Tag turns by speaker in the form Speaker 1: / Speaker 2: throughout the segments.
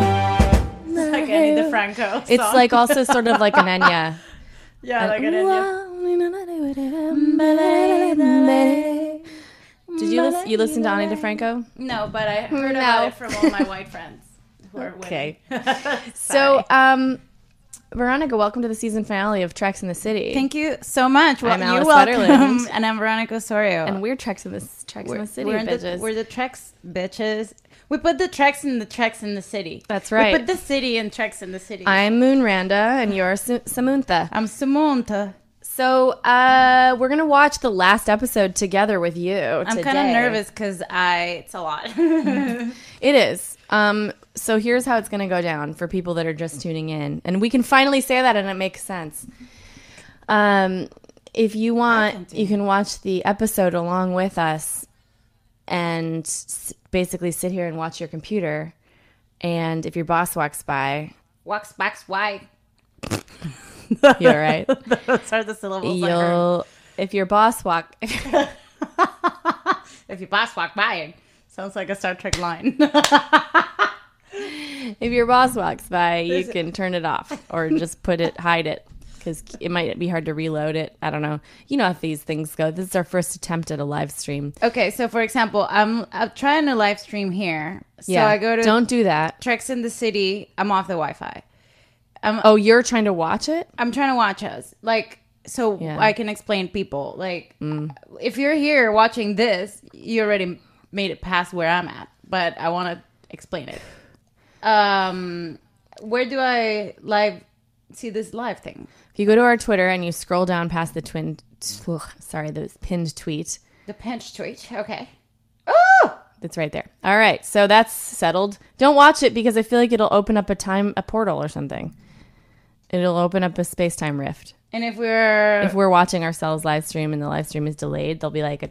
Speaker 1: like Annie DeFranco.
Speaker 2: It's
Speaker 1: song.
Speaker 2: like also sort of like an Enya.
Speaker 1: yeah, like an Indian.
Speaker 2: Did you listen, you listen to Ani DeFranco?
Speaker 1: No, but I heard
Speaker 2: No.
Speaker 1: about it from all my white friends who are
Speaker 2: Okay.
Speaker 1: women.
Speaker 2: So, um, Veronica, welcome to the season finale of Tracks in the City.
Speaker 1: Thank you so much. Well,
Speaker 2: I'm
Speaker 1: you're
Speaker 2: Alice
Speaker 1: welcome.
Speaker 2: Sutherland.
Speaker 1: And I'm Veronica Osorio.
Speaker 2: and we're Tracks in the S- Tracks in the City
Speaker 1: we're in the-
Speaker 2: bitches.
Speaker 1: we're the treks, bitches. We put the treks in the treks in the city.
Speaker 2: That's
Speaker 1: We
Speaker 2: right.
Speaker 1: put the city in treks in the city.
Speaker 2: I'm Moon Randa, and you're Su- Samantha.
Speaker 1: I'm Samantha.
Speaker 2: So, uh, we're gonna watch the last episode together with you.
Speaker 1: I'm kind of nervous because I it's a lot.
Speaker 2: It is. Um, so here's how it's going to go down for people that are just tuning in, and we can finally say that, and it makes sense. Um, if you want, you can watch the episode along with us, and s- basically sit here and watch your computer. And if your boss walks by,
Speaker 1: Wax, wax, why?
Speaker 2: you're right.
Speaker 1: Those are the syllables. I heard.
Speaker 2: You'll if your boss walk.
Speaker 1: If you boss walk by, sounds like a Star Trek line.
Speaker 2: If your boss walks by, you can turn it off or just put it, hide it, because it might be hard to reload it. I don't know. You know how these things go. This is our first attempt at a live stream.
Speaker 1: okay, so for example, I'm, I'm trying to live stream here. So I go to
Speaker 2: Don't do that.
Speaker 1: Treks in the City. I'm off the Wi Fi.
Speaker 2: Oh, you're trying to watch it?
Speaker 1: I'm trying to watch us. Like, so
Speaker 2: Yeah.
Speaker 1: I can explain people. Like,
Speaker 2: Mm.
Speaker 1: if you're here watching this, you already made it past where I'm at, but I want to explain it. Um, where do I live see this live thing?
Speaker 2: If you go to our Twitter and you scroll down past the twin, ugh, sorry, the pinned tweet,
Speaker 1: The pinch tweet. Okay.
Speaker 2: that's right there. All right, so that's settled. Don't watch it because I feel like it'll open up a time, a portal or something. It'll open up a space time rift.
Speaker 1: And if we're
Speaker 2: if we're watching ourselves live stream and the live stream is delayed, they'll be like, a,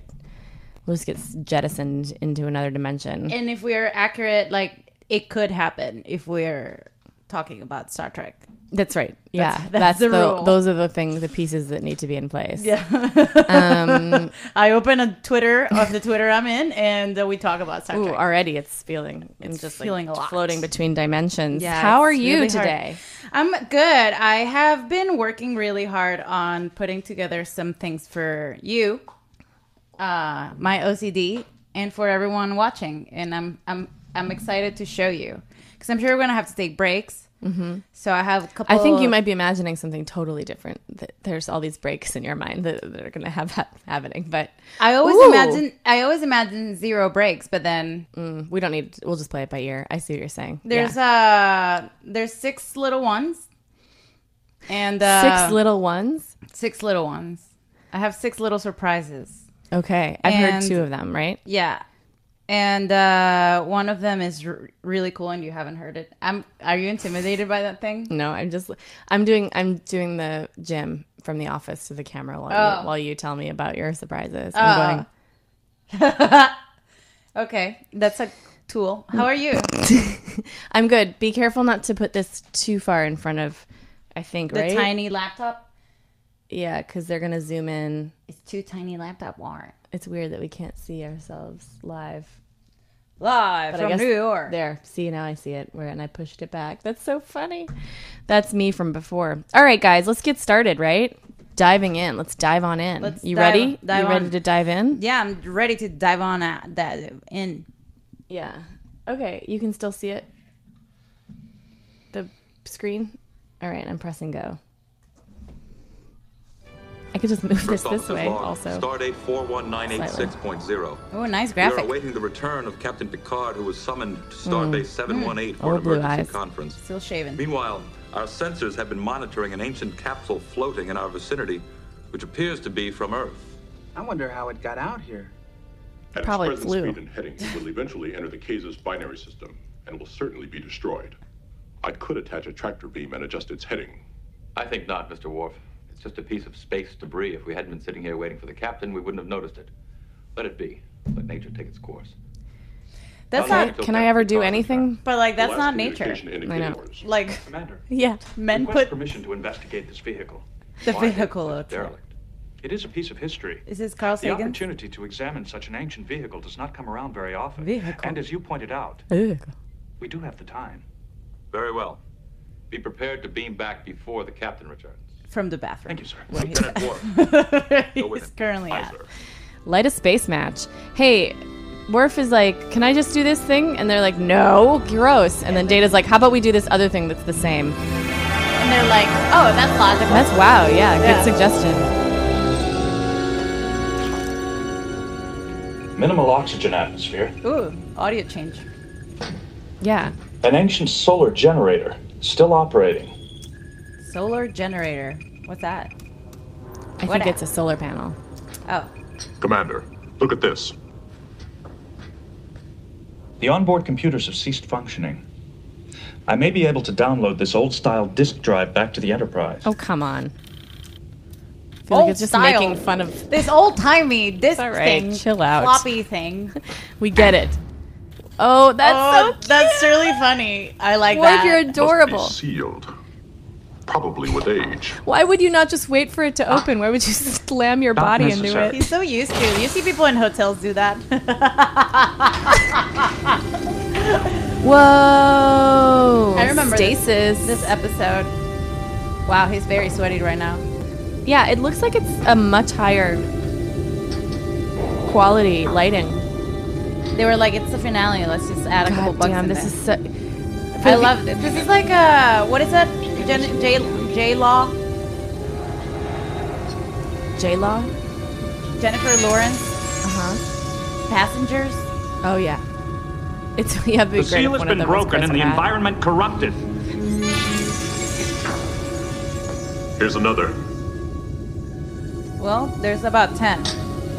Speaker 2: we'll just get jettisoned into another dimension.
Speaker 1: and if we're accurate, like it could happen if we're talking about Star Trek.
Speaker 2: that's right. Yeah, that's,
Speaker 1: that's the rule.
Speaker 2: Those are the things, the pieces that need to be in place. Um, Yeah.
Speaker 1: I open a Twitter of the Twitter I'm in, and uh, we talk about Star
Speaker 2: Ooh,
Speaker 1: Trek.
Speaker 2: already it's feeling it's just
Speaker 1: feeling a
Speaker 2: like
Speaker 1: lot.
Speaker 2: floating between dimensions.
Speaker 1: Yeah,
Speaker 2: How
Speaker 1: it's
Speaker 2: are you
Speaker 1: really hard.
Speaker 2: today?
Speaker 1: I'm good. I have been working really hard on putting together some things for you, uh, my OCD, and for everyone watching. And I'm I'm I'm excited to show you because I'm sure we're gonna have to take breaks. Mm-hmm. So I have a couple.
Speaker 2: I think you might be imagining something totally different. That there's all these breaks in your mind that, that are going to have that happening, but
Speaker 1: I always
Speaker 2: Ooh.
Speaker 1: imagine. I always imagine zero breaks, but then
Speaker 2: mm, we don't need. We'll just play it by ear. I see what you're saying.
Speaker 1: There's
Speaker 2: Yeah.
Speaker 1: uh there's six little ones. And uh
Speaker 2: six little ones.
Speaker 1: six little ones. I have six little surprises.
Speaker 2: Okay, I've heard
Speaker 1: and-
Speaker 2: two of them. Right.
Speaker 1: Yeah. And uh one of them is r- really cool and you haven't heard it. I'm are you intimidated by that thing?
Speaker 2: No, I'm just I'm doing I'm doing the gym from the office to the camera while, you,
Speaker 1: Oh.
Speaker 2: while you tell me about your surprises. I'm going
Speaker 1: Okay. That's a tool. How are you?
Speaker 2: I'm good. Be careful not to put this too far in front of I think,
Speaker 1: The
Speaker 2: right?
Speaker 1: tiny laptop?
Speaker 2: yeah, cuz they're going to zoom in.
Speaker 1: It's too tiny laptop warrant.
Speaker 2: It's weird that we can't see ourselves live.
Speaker 1: Live
Speaker 2: But I
Speaker 1: from
Speaker 2: guess-
Speaker 1: New York.
Speaker 2: There. See, now I see it. Where and I pushed it back. That's so funny. That's me from before. All right, guys, let's get started, right? Diving in. Let's dive on in.
Speaker 1: Let's
Speaker 2: you
Speaker 1: dive-
Speaker 2: ready?
Speaker 1: dive
Speaker 2: you ready
Speaker 1: on.
Speaker 2: to dive in?
Speaker 1: Yeah, I'm ready to dive on at that in.
Speaker 2: Yeah. Okay, you can still see it. The screen. All right, I'm pressing go. I could just move this
Speaker 3: First
Speaker 2: this way also.
Speaker 3: Stardate 41986.0.
Speaker 1: Oh, nice
Speaker 3: We are
Speaker 1: graphic.
Speaker 3: awaiting the return of Captain Picard, who was summoned to Starbase 718 for
Speaker 2: Old
Speaker 3: an
Speaker 2: Hmm. blue
Speaker 3: emergency
Speaker 2: eyes.
Speaker 3: conference.
Speaker 1: Still shaven.
Speaker 3: Meanwhile, our sensors have been monitoring an ancient capsule floating in our vicinity, which appears to be from Earth.
Speaker 4: I wonder how it got out here.
Speaker 5: At
Speaker 2: Probably
Speaker 5: its present
Speaker 2: flew.
Speaker 5: speed and heading, it will eventually enter the Kaiser's binary system and will certainly be destroyed. I could attach a tractor beam and adjust its heading.
Speaker 6: I think not, Mr. Worf. It's just a piece of space debris. If we hadn't been sitting here waiting for the captain, we wouldn't have noticed it. Let it be. Let nature take its course.
Speaker 1: That's
Speaker 6: Well,
Speaker 1: not.
Speaker 6: they-
Speaker 2: Can I ever do anything?
Speaker 1: But like, that's
Speaker 5: Last
Speaker 1: not nature.
Speaker 5: communication indicated
Speaker 2: I know.
Speaker 5: orders.
Speaker 1: Like,
Speaker 6: Commander,
Speaker 2: Yeah.
Speaker 1: men
Speaker 6: request
Speaker 1: put
Speaker 6: permission to investigate this vehicle.
Speaker 1: the
Speaker 6: Why is it
Speaker 1: vehicle
Speaker 6: such a
Speaker 1: out.
Speaker 6: derelict?
Speaker 7: It is a piece of history.
Speaker 1: Is this Carl
Speaker 7: The
Speaker 1: Sagan?
Speaker 7: opportunity to examine such an ancient vehicle does not come around very often.
Speaker 1: Vehicle.
Speaker 7: And as you pointed out,
Speaker 2: Ugh.
Speaker 7: we do have the time.
Speaker 3: Very well.
Speaker 6: Be prepared to beam back before the captain returns.
Speaker 1: From the bathroom.
Speaker 7: Thank you, sir.
Speaker 1: Where he's,
Speaker 3: Lieutenant Worf,
Speaker 1: where
Speaker 3: with
Speaker 1: he's
Speaker 3: it.
Speaker 1: currently
Speaker 5: Aye,
Speaker 1: at.
Speaker 5: sir.
Speaker 2: Light a space match. Hey, Worf is like, can I just do this thing? And they're like, no, gross. And then Data's like, how about we do this other thing that's the same?
Speaker 1: And they're like, oh, that's logical.
Speaker 2: That's wow. Yeah,
Speaker 1: Yeah.
Speaker 2: good suggestion.
Speaker 7: Minimal oxygen atmosphere.
Speaker 1: Ooh, audio change.
Speaker 2: Yeah.
Speaker 7: An ancient solar generator, still operating.
Speaker 1: Solar generator. What's that?
Speaker 2: I
Speaker 1: What
Speaker 2: think
Speaker 1: a-
Speaker 2: it's a solar panel.
Speaker 1: Oh,
Speaker 5: Commander, look at this.
Speaker 7: The onboard computers have ceased functioning. I may be able to download this old style disk drive back to the Enterprise.
Speaker 2: Oh, come on. I feel like
Speaker 1: Old
Speaker 2: it's just
Speaker 1: Oh, style.
Speaker 2: making fun of.
Speaker 1: this old timey disc
Speaker 2: all right,
Speaker 1: thing,
Speaker 2: chill out.
Speaker 1: floppy thing.
Speaker 2: We get it. Oh, that's
Speaker 1: oh,
Speaker 2: so.
Speaker 1: that's really funny. I like
Speaker 2: Why
Speaker 1: that.
Speaker 2: you're
Speaker 5: Must
Speaker 2: adorable?
Speaker 5: be sealed. Probably with age.
Speaker 2: Why would you not just wait for it to open? Why would you slam your body into
Speaker 7: necessary.
Speaker 2: it?
Speaker 1: He's so used to. You see people in hotels do that.
Speaker 2: Whoa!
Speaker 1: I remember this-
Speaker 2: stasis.
Speaker 1: this episode. Wow, he's very sweaty right now.
Speaker 2: yeah, it looks like it's a much higher quality lighting.
Speaker 1: They were like, it's the finale. Let's just add a couple
Speaker 2: God
Speaker 1: bucks
Speaker 2: damn,
Speaker 1: in
Speaker 2: this
Speaker 1: there.
Speaker 2: is so.
Speaker 1: I love this. This is like a what is that? Jen, J J Law,
Speaker 2: J Law.
Speaker 1: Jennifer Lawrence,
Speaker 2: Uh huh.
Speaker 1: Passengers.
Speaker 2: Oh yeah. It's yeah. it'd be
Speaker 8: The
Speaker 2: great if
Speaker 8: seal has
Speaker 2: one of
Speaker 8: been
Speaker 2: them was
Speaker 8: broken and the
Speaker 2: Chris Pratt.
Speaker 8: environment corrupted.
Speaker 5: Here's another.
Speaker 1: Well, there's about ten.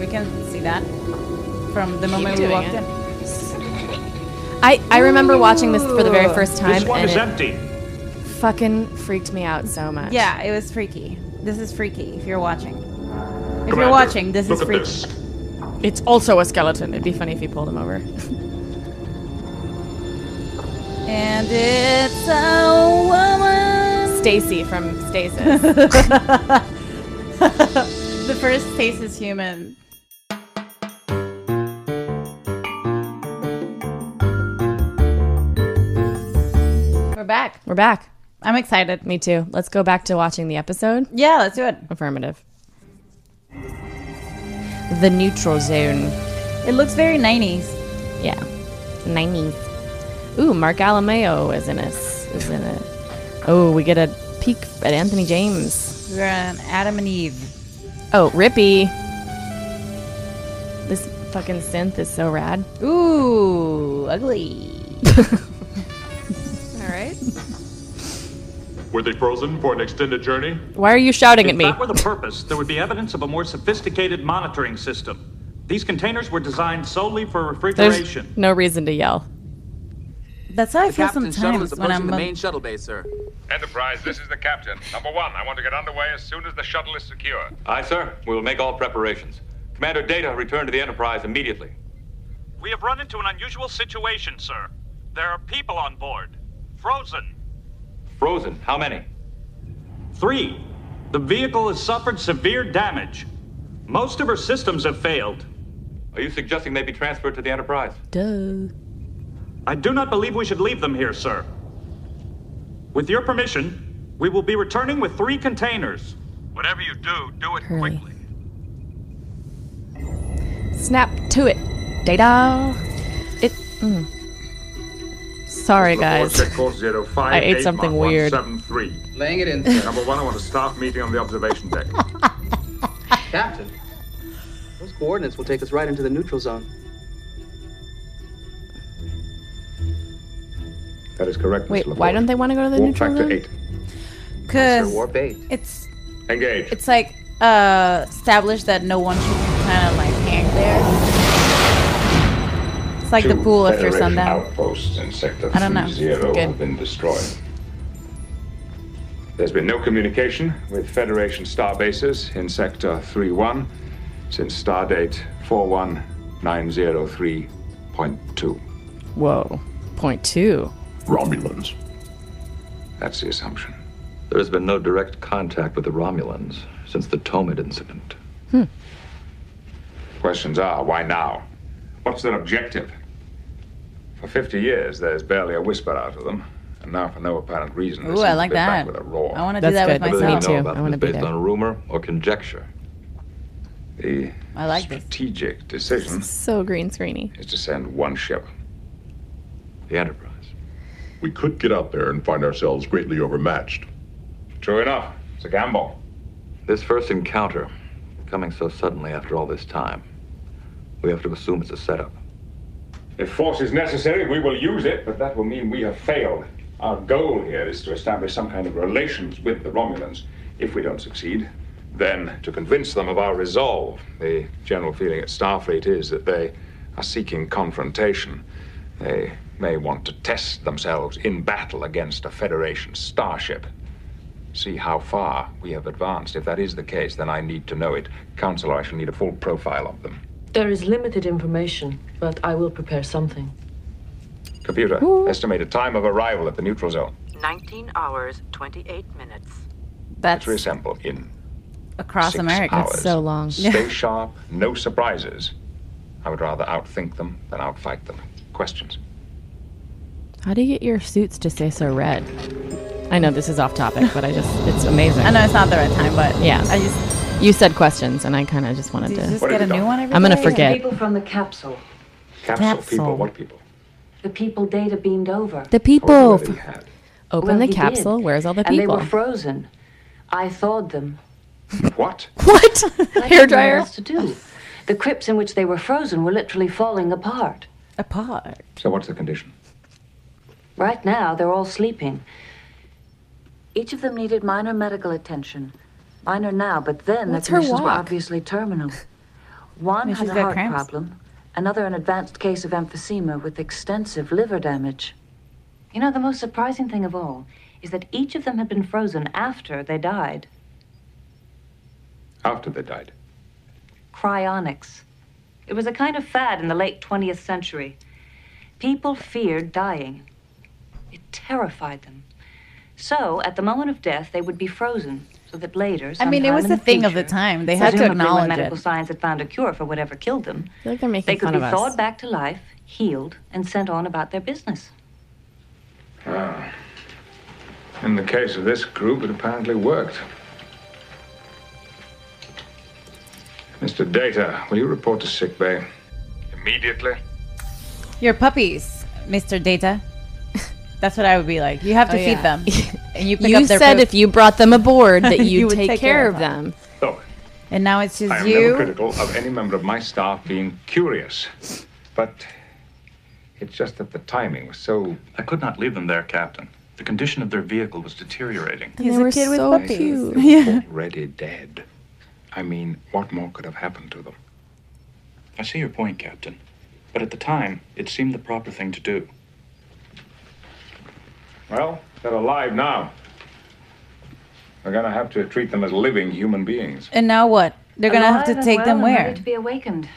Speaker 1: We can see that from the moment we
Speaker 2: doing
Speaker 1: walked
Speaker 2: it.
Speaker 1: in.
Speaker 2: I, I remember watching this for the very first time
Speaker 8: This one
Speaker 2: and
Speaker 8: is
Speaker 2: it
Speaker 8: empty.
Speaker 2: fucking freaked me out so much.
Speaker 1: Yeah, it was freaky. This is freaky. If you're watching, if you're
Speaker 5: Commander,
Speaker 1: watching, this
Speaker 5: look
Speaker 1: is
Speaker 5: at
Speaker 1: freaky.
Speaker 5: this.
Speaker 2: It's also a skeleton. It'd be funny if you pulled him over.
Speaker 1: And it's a woman.
Speaker 2: Stacy from Stasis.
Speaker 1: The first taste is human. We're back.
Speaker 2: We're back.
Speaker 1: I'm excited.
Speaker 2: Me too. Let's go back to watching the episode.
Speaker 1: Yeah, let's do it.
Speaker 2: Affirmative. The neutral zone.
Speaker 1: It looks very 90s.
Speaker 2: Yeah. 90s. Ooh, Mark Alameo is in us. Is in it. Oh, we get a peek at Anthony James.
Speaker 1: We're on Adam and Eve.
Speaker 2: Oh, Rippy. This fucking synth is so rad.
Speaker 1: Ooh, ugly.
Speaker 2: All right.
Speaker 5: Were they frozen for an extended journey?
Speaker 2: Why are you shouting at
Speaker 8: If
Speaker 2: me?
Speaker 8: that were the purpose, there would be evidence of a more sophisticated monitoring system. These containers were designed solely for
Speaker 2: There's
Speaker 8: refrigeration.
Speaker 2: no reason to yell.
Speaker 1: That's how I feel
Speaker 9: Captain Shuttle is
Speaker 1: sometimes when
Speaker 9: approaching
Speaker 1: I'm.
Speaker 9: the main shuttle bay, sir.
Speaker 10: Enterprise, this is the captain. Number one, I want to get underway as soon as the shuttle is secure.
Speaker 6: Aye, sir. We will make all preparations. Commander Data, return to the Enterprise immediately.
Speaker 8: We have run into an unusual situation, sir. There are people on board. Frozen.
Speaker 6: Frozen, how many?
Speaker 8: Three, the vehicle has suffered severe damage. Most of her systems have failed.
Speaker 6: Are you suggesting they be transferred to the Enterprise?
Speaker 2: Duh.
Speaker 8: I do not believe we should leave them here, sir. With your permission, we will be returning with three containers.
Speaker 10: Whatever you do, do it
Speaker 2: Hurry.
Speaker 10: quickly.
Speaker 2: Snap to it. Data. It. Mm. Sorry, guys.
Speaker 10: Check course zero five
Speaker 2: I ate something weird.
Speaker 10: seven three.
Speaker 9: Laying it in, sir.
Speaker 10: Number one, I want to start meeting on the observation deck.
Speaker 11: Captain, those coordinates will take us right into the neutral zone.
Speaker 12: That is correct.
Speaker 2: Wait, why don't they want to go to the
Speaker 12: Warp
Speaker 2: neutral
Speaker 12: factor
Speaker 2: zone?
Speaker 12: eight.
Speaker 1: Because
Speaker 12: warp eight.
Speaker 1: it's
Speaker 12: Engage.
Speaker 1: it's like uh established that no one should kind of like hang there. It's like the
Speaker 13: Two
Speaker 1: pool after
Speaker 13: Federation
Speaker 1: sundown.
Speaker 13: Outposts in Sector
Speaker 1: I don't know.
Speaker 13: 30
Speaker 1: Good.
Speaker 13: have been destroyed. There's been no communication with Federation star bases in Sector 31 since stardate 41903.2.
Speaker 2: Whoa. Point two.
Speaker 6: Romulans.
Speaker 13: That's the assumption.
Speaker 6: There has been no direct contact with the Romulans since the Tomid incident.
Speaker 13: Questions are why now? What's their objective? For 50 years, there's barely a whisper out of them, and now for no apparent reason. they
Speaker 1: Ooh,
Speaker 13: seem
Speaker 1: I
Speaker 13: to
Speaker 1: like
Speaker 13: be back
Speaker 1: that.
Speaker 13: With a roar.
Speaker 1: I wanna do That's that with good.
Speaker 6: Whether
Speaker 1: myself.
Speaker 6: they know
Speaker 1: Me too.
Speaker 6: about
Speaker 1: I
Speaker 6: them
Speaker 1: wanna
Speaker 6: is
Speaker 1: be
Speaker 6: based
Speaker 1: there.
Speaker 6: on rumor or conjecture.
Speaker 13: The
Speaker 1: I like this.
Speaker 13: strategic decision
Speaker 2: So green screeny.
Speaker 13: is to send one ship.
Speaker 6: The Enterprise.
Speaker 14: We could get out there and find ourselves greatly overmatched.
Speaker 13: True enough. It's a gamble.
Speaker 6: This first encounter, coming so suddenly after all this time, we have to assume it's a setup.
Speaker 13: If force is necessary, we will use it, but that will mean we have failed. Our goal here is to establish some kind of relations with the Romulans. If we don't succeed, then to convince them of our resolve. The general feeling at Starfleet is that they are seeking confrontation. They may want to test themselves in battle against a Federation starship. See how far we have advanced. If that is the case, then I need to know it. Counselor, I shall need a full profile of them.
Speaker 15: There is limited information, but I will prepare something.
Speaker 13: Computer, estimate a time of arrival at the neutral zone.
Speaker 16: 19 hours, 28 minutes.
Speaker 1: That's
Speaker 13: reassemble in
Speaker 1: across
Speaker 13: six
Speaker 1: America.
Speaker 13: hours. Stay
Speaker 1: Yeah.
Speaker 13: sharp. No surprises. I would rather outthink them than outfight them. Questions?
Speaker 2: How do you get your suits to stay so red? I know this is off topic, but I just it's amazing.
Speaker 1: I know it's not the right time, but
Speaker 2: Yeah.
Speaker 1: I just
Speaker 2: you said questions and I kinda just wanted
Speaker 15: Did
Speaker 2: to
Speaker 15: you just What get have a we new done? one every
Speaker 2: I'm gonna
Speaker 15: day?
Speaker 2: forget.
Speaker 15: People from the capsule.
Speaker 13: Capsule,
Speaker 2: Capsule.
Speaker 13: people. What people?
Speaker 15: The people data beamed over.
Speaker 2: The people f- open
Speaker 15: Well,
Speaker 2: the
Speaker 15: he
Speaker 2: capsule,
Speaker 15: did.
Speaker 2: where's all the
Speaker 15: And they
Speaker 2: people?
Speaker 15: were frozen. I thawed them.
Speaker 13: What?
Speaker 2: What?
Speaker 15: Hair
Speaker 2: dryer?
Speaker 15: else to do. The crypts in which they were frozen were literally falling apart.
Speaker 1: Apart.
Speaker 13: So what's the condition?
Speaker 15: Right now, they're all sleeping.
Speaker 16: Each of them needed minor medical attention. Minor now, but then
Speaker 15: What's
Speaker 16: the
Speaker 15: her
Speaker 16: conditions were
Speaker 15: walk?
Speaker 16: obviously terminal. One
Speaker 15: Maybe
Speaker 16: had
Speaker 15: she's
Speaker 16: a
Speaker 15: got
Speaker 16: heart
Speaker 15: cramps.
Speaker 16: problem, another an advanced case of emphysema with extensive liver damage.
Speaker 15: You know, the most surprising thing of all is that each of them had been frozen after they died.
Speaker 13: After they died.
Speaker 15: Cryonics. It was a kind of fad in the late 20th century. People feared dying, it terrified them. So, at the moment of death, they would be frozen so that later.
Speaker 1: I mean, it
Speaker 15: sometime
Speaker 1: was
Speaker 15: in the
Speaker 1: a thing of the
Speaker 15: future,
Speaker 1: time. They had to
Speaker 15: presumably
Speaker 1: acknowledge
Speaker 15: when medical
Speaker 1: it.
Speaker 15: science had found a cure for whatever killed them.
Speaker 2: I feel like they're making
Speaker 15: They could
Speaker 2: fun
Speaker 15: be
Speaker 2: of us.
Speaker 15: thawed back to life, healed, and sent on about their business.
Speaker 13: Ah. In the case of this group, it apparently worked. Mr. Data, will you report to sick bay? Immediately.
Speaker 1: your puppies, Mr. Data. That's what I would be like. You have to
Speaker 2: Oh,
Speaker 1: feed
Speaker 2: yeah.
Speaker 1: them, and you pick
Speaker 2: You
Speaker 1: up their
Speaker 2: said
Speaker 1: poop.
Speaker 2: if you brought them aboard that
Speaker 1: You
Speaker 2: you,
Speaker 1: would
Speaker 2: take, care of them.
Speaker 13: Look,
Speaker 1: and now it's just
Speaker 13: Oh, I am
Speaker 1: you.
Speaker 13: never critical of any member of my staff being curious, but it's just that the timing was so.
Speaker 8: I could not leave them there, Captain. The condition of their vehicle was deteriorating.
Speaker 2: And He's they a were kid with so puppies. cute.
Speaker 13: Yeah. Already dead. I mean, what more could have happened to them?
Speaker 8: I see your point, Captain. But at the time, it seemed the proper thing to do.
Speaker 13: Well, they're alive now. We're gonna have to treat them as living human beings.
Speaker 1: And now what? They're gonna
Speaker 15: Alive
Speaker 1: have to
Speaker 15: and
Speaker 1: take
Speaker 15: well
Speaker 1: them
Speaker 15: and
Speaker 1: where?
Speaker 15: ready to be awakened.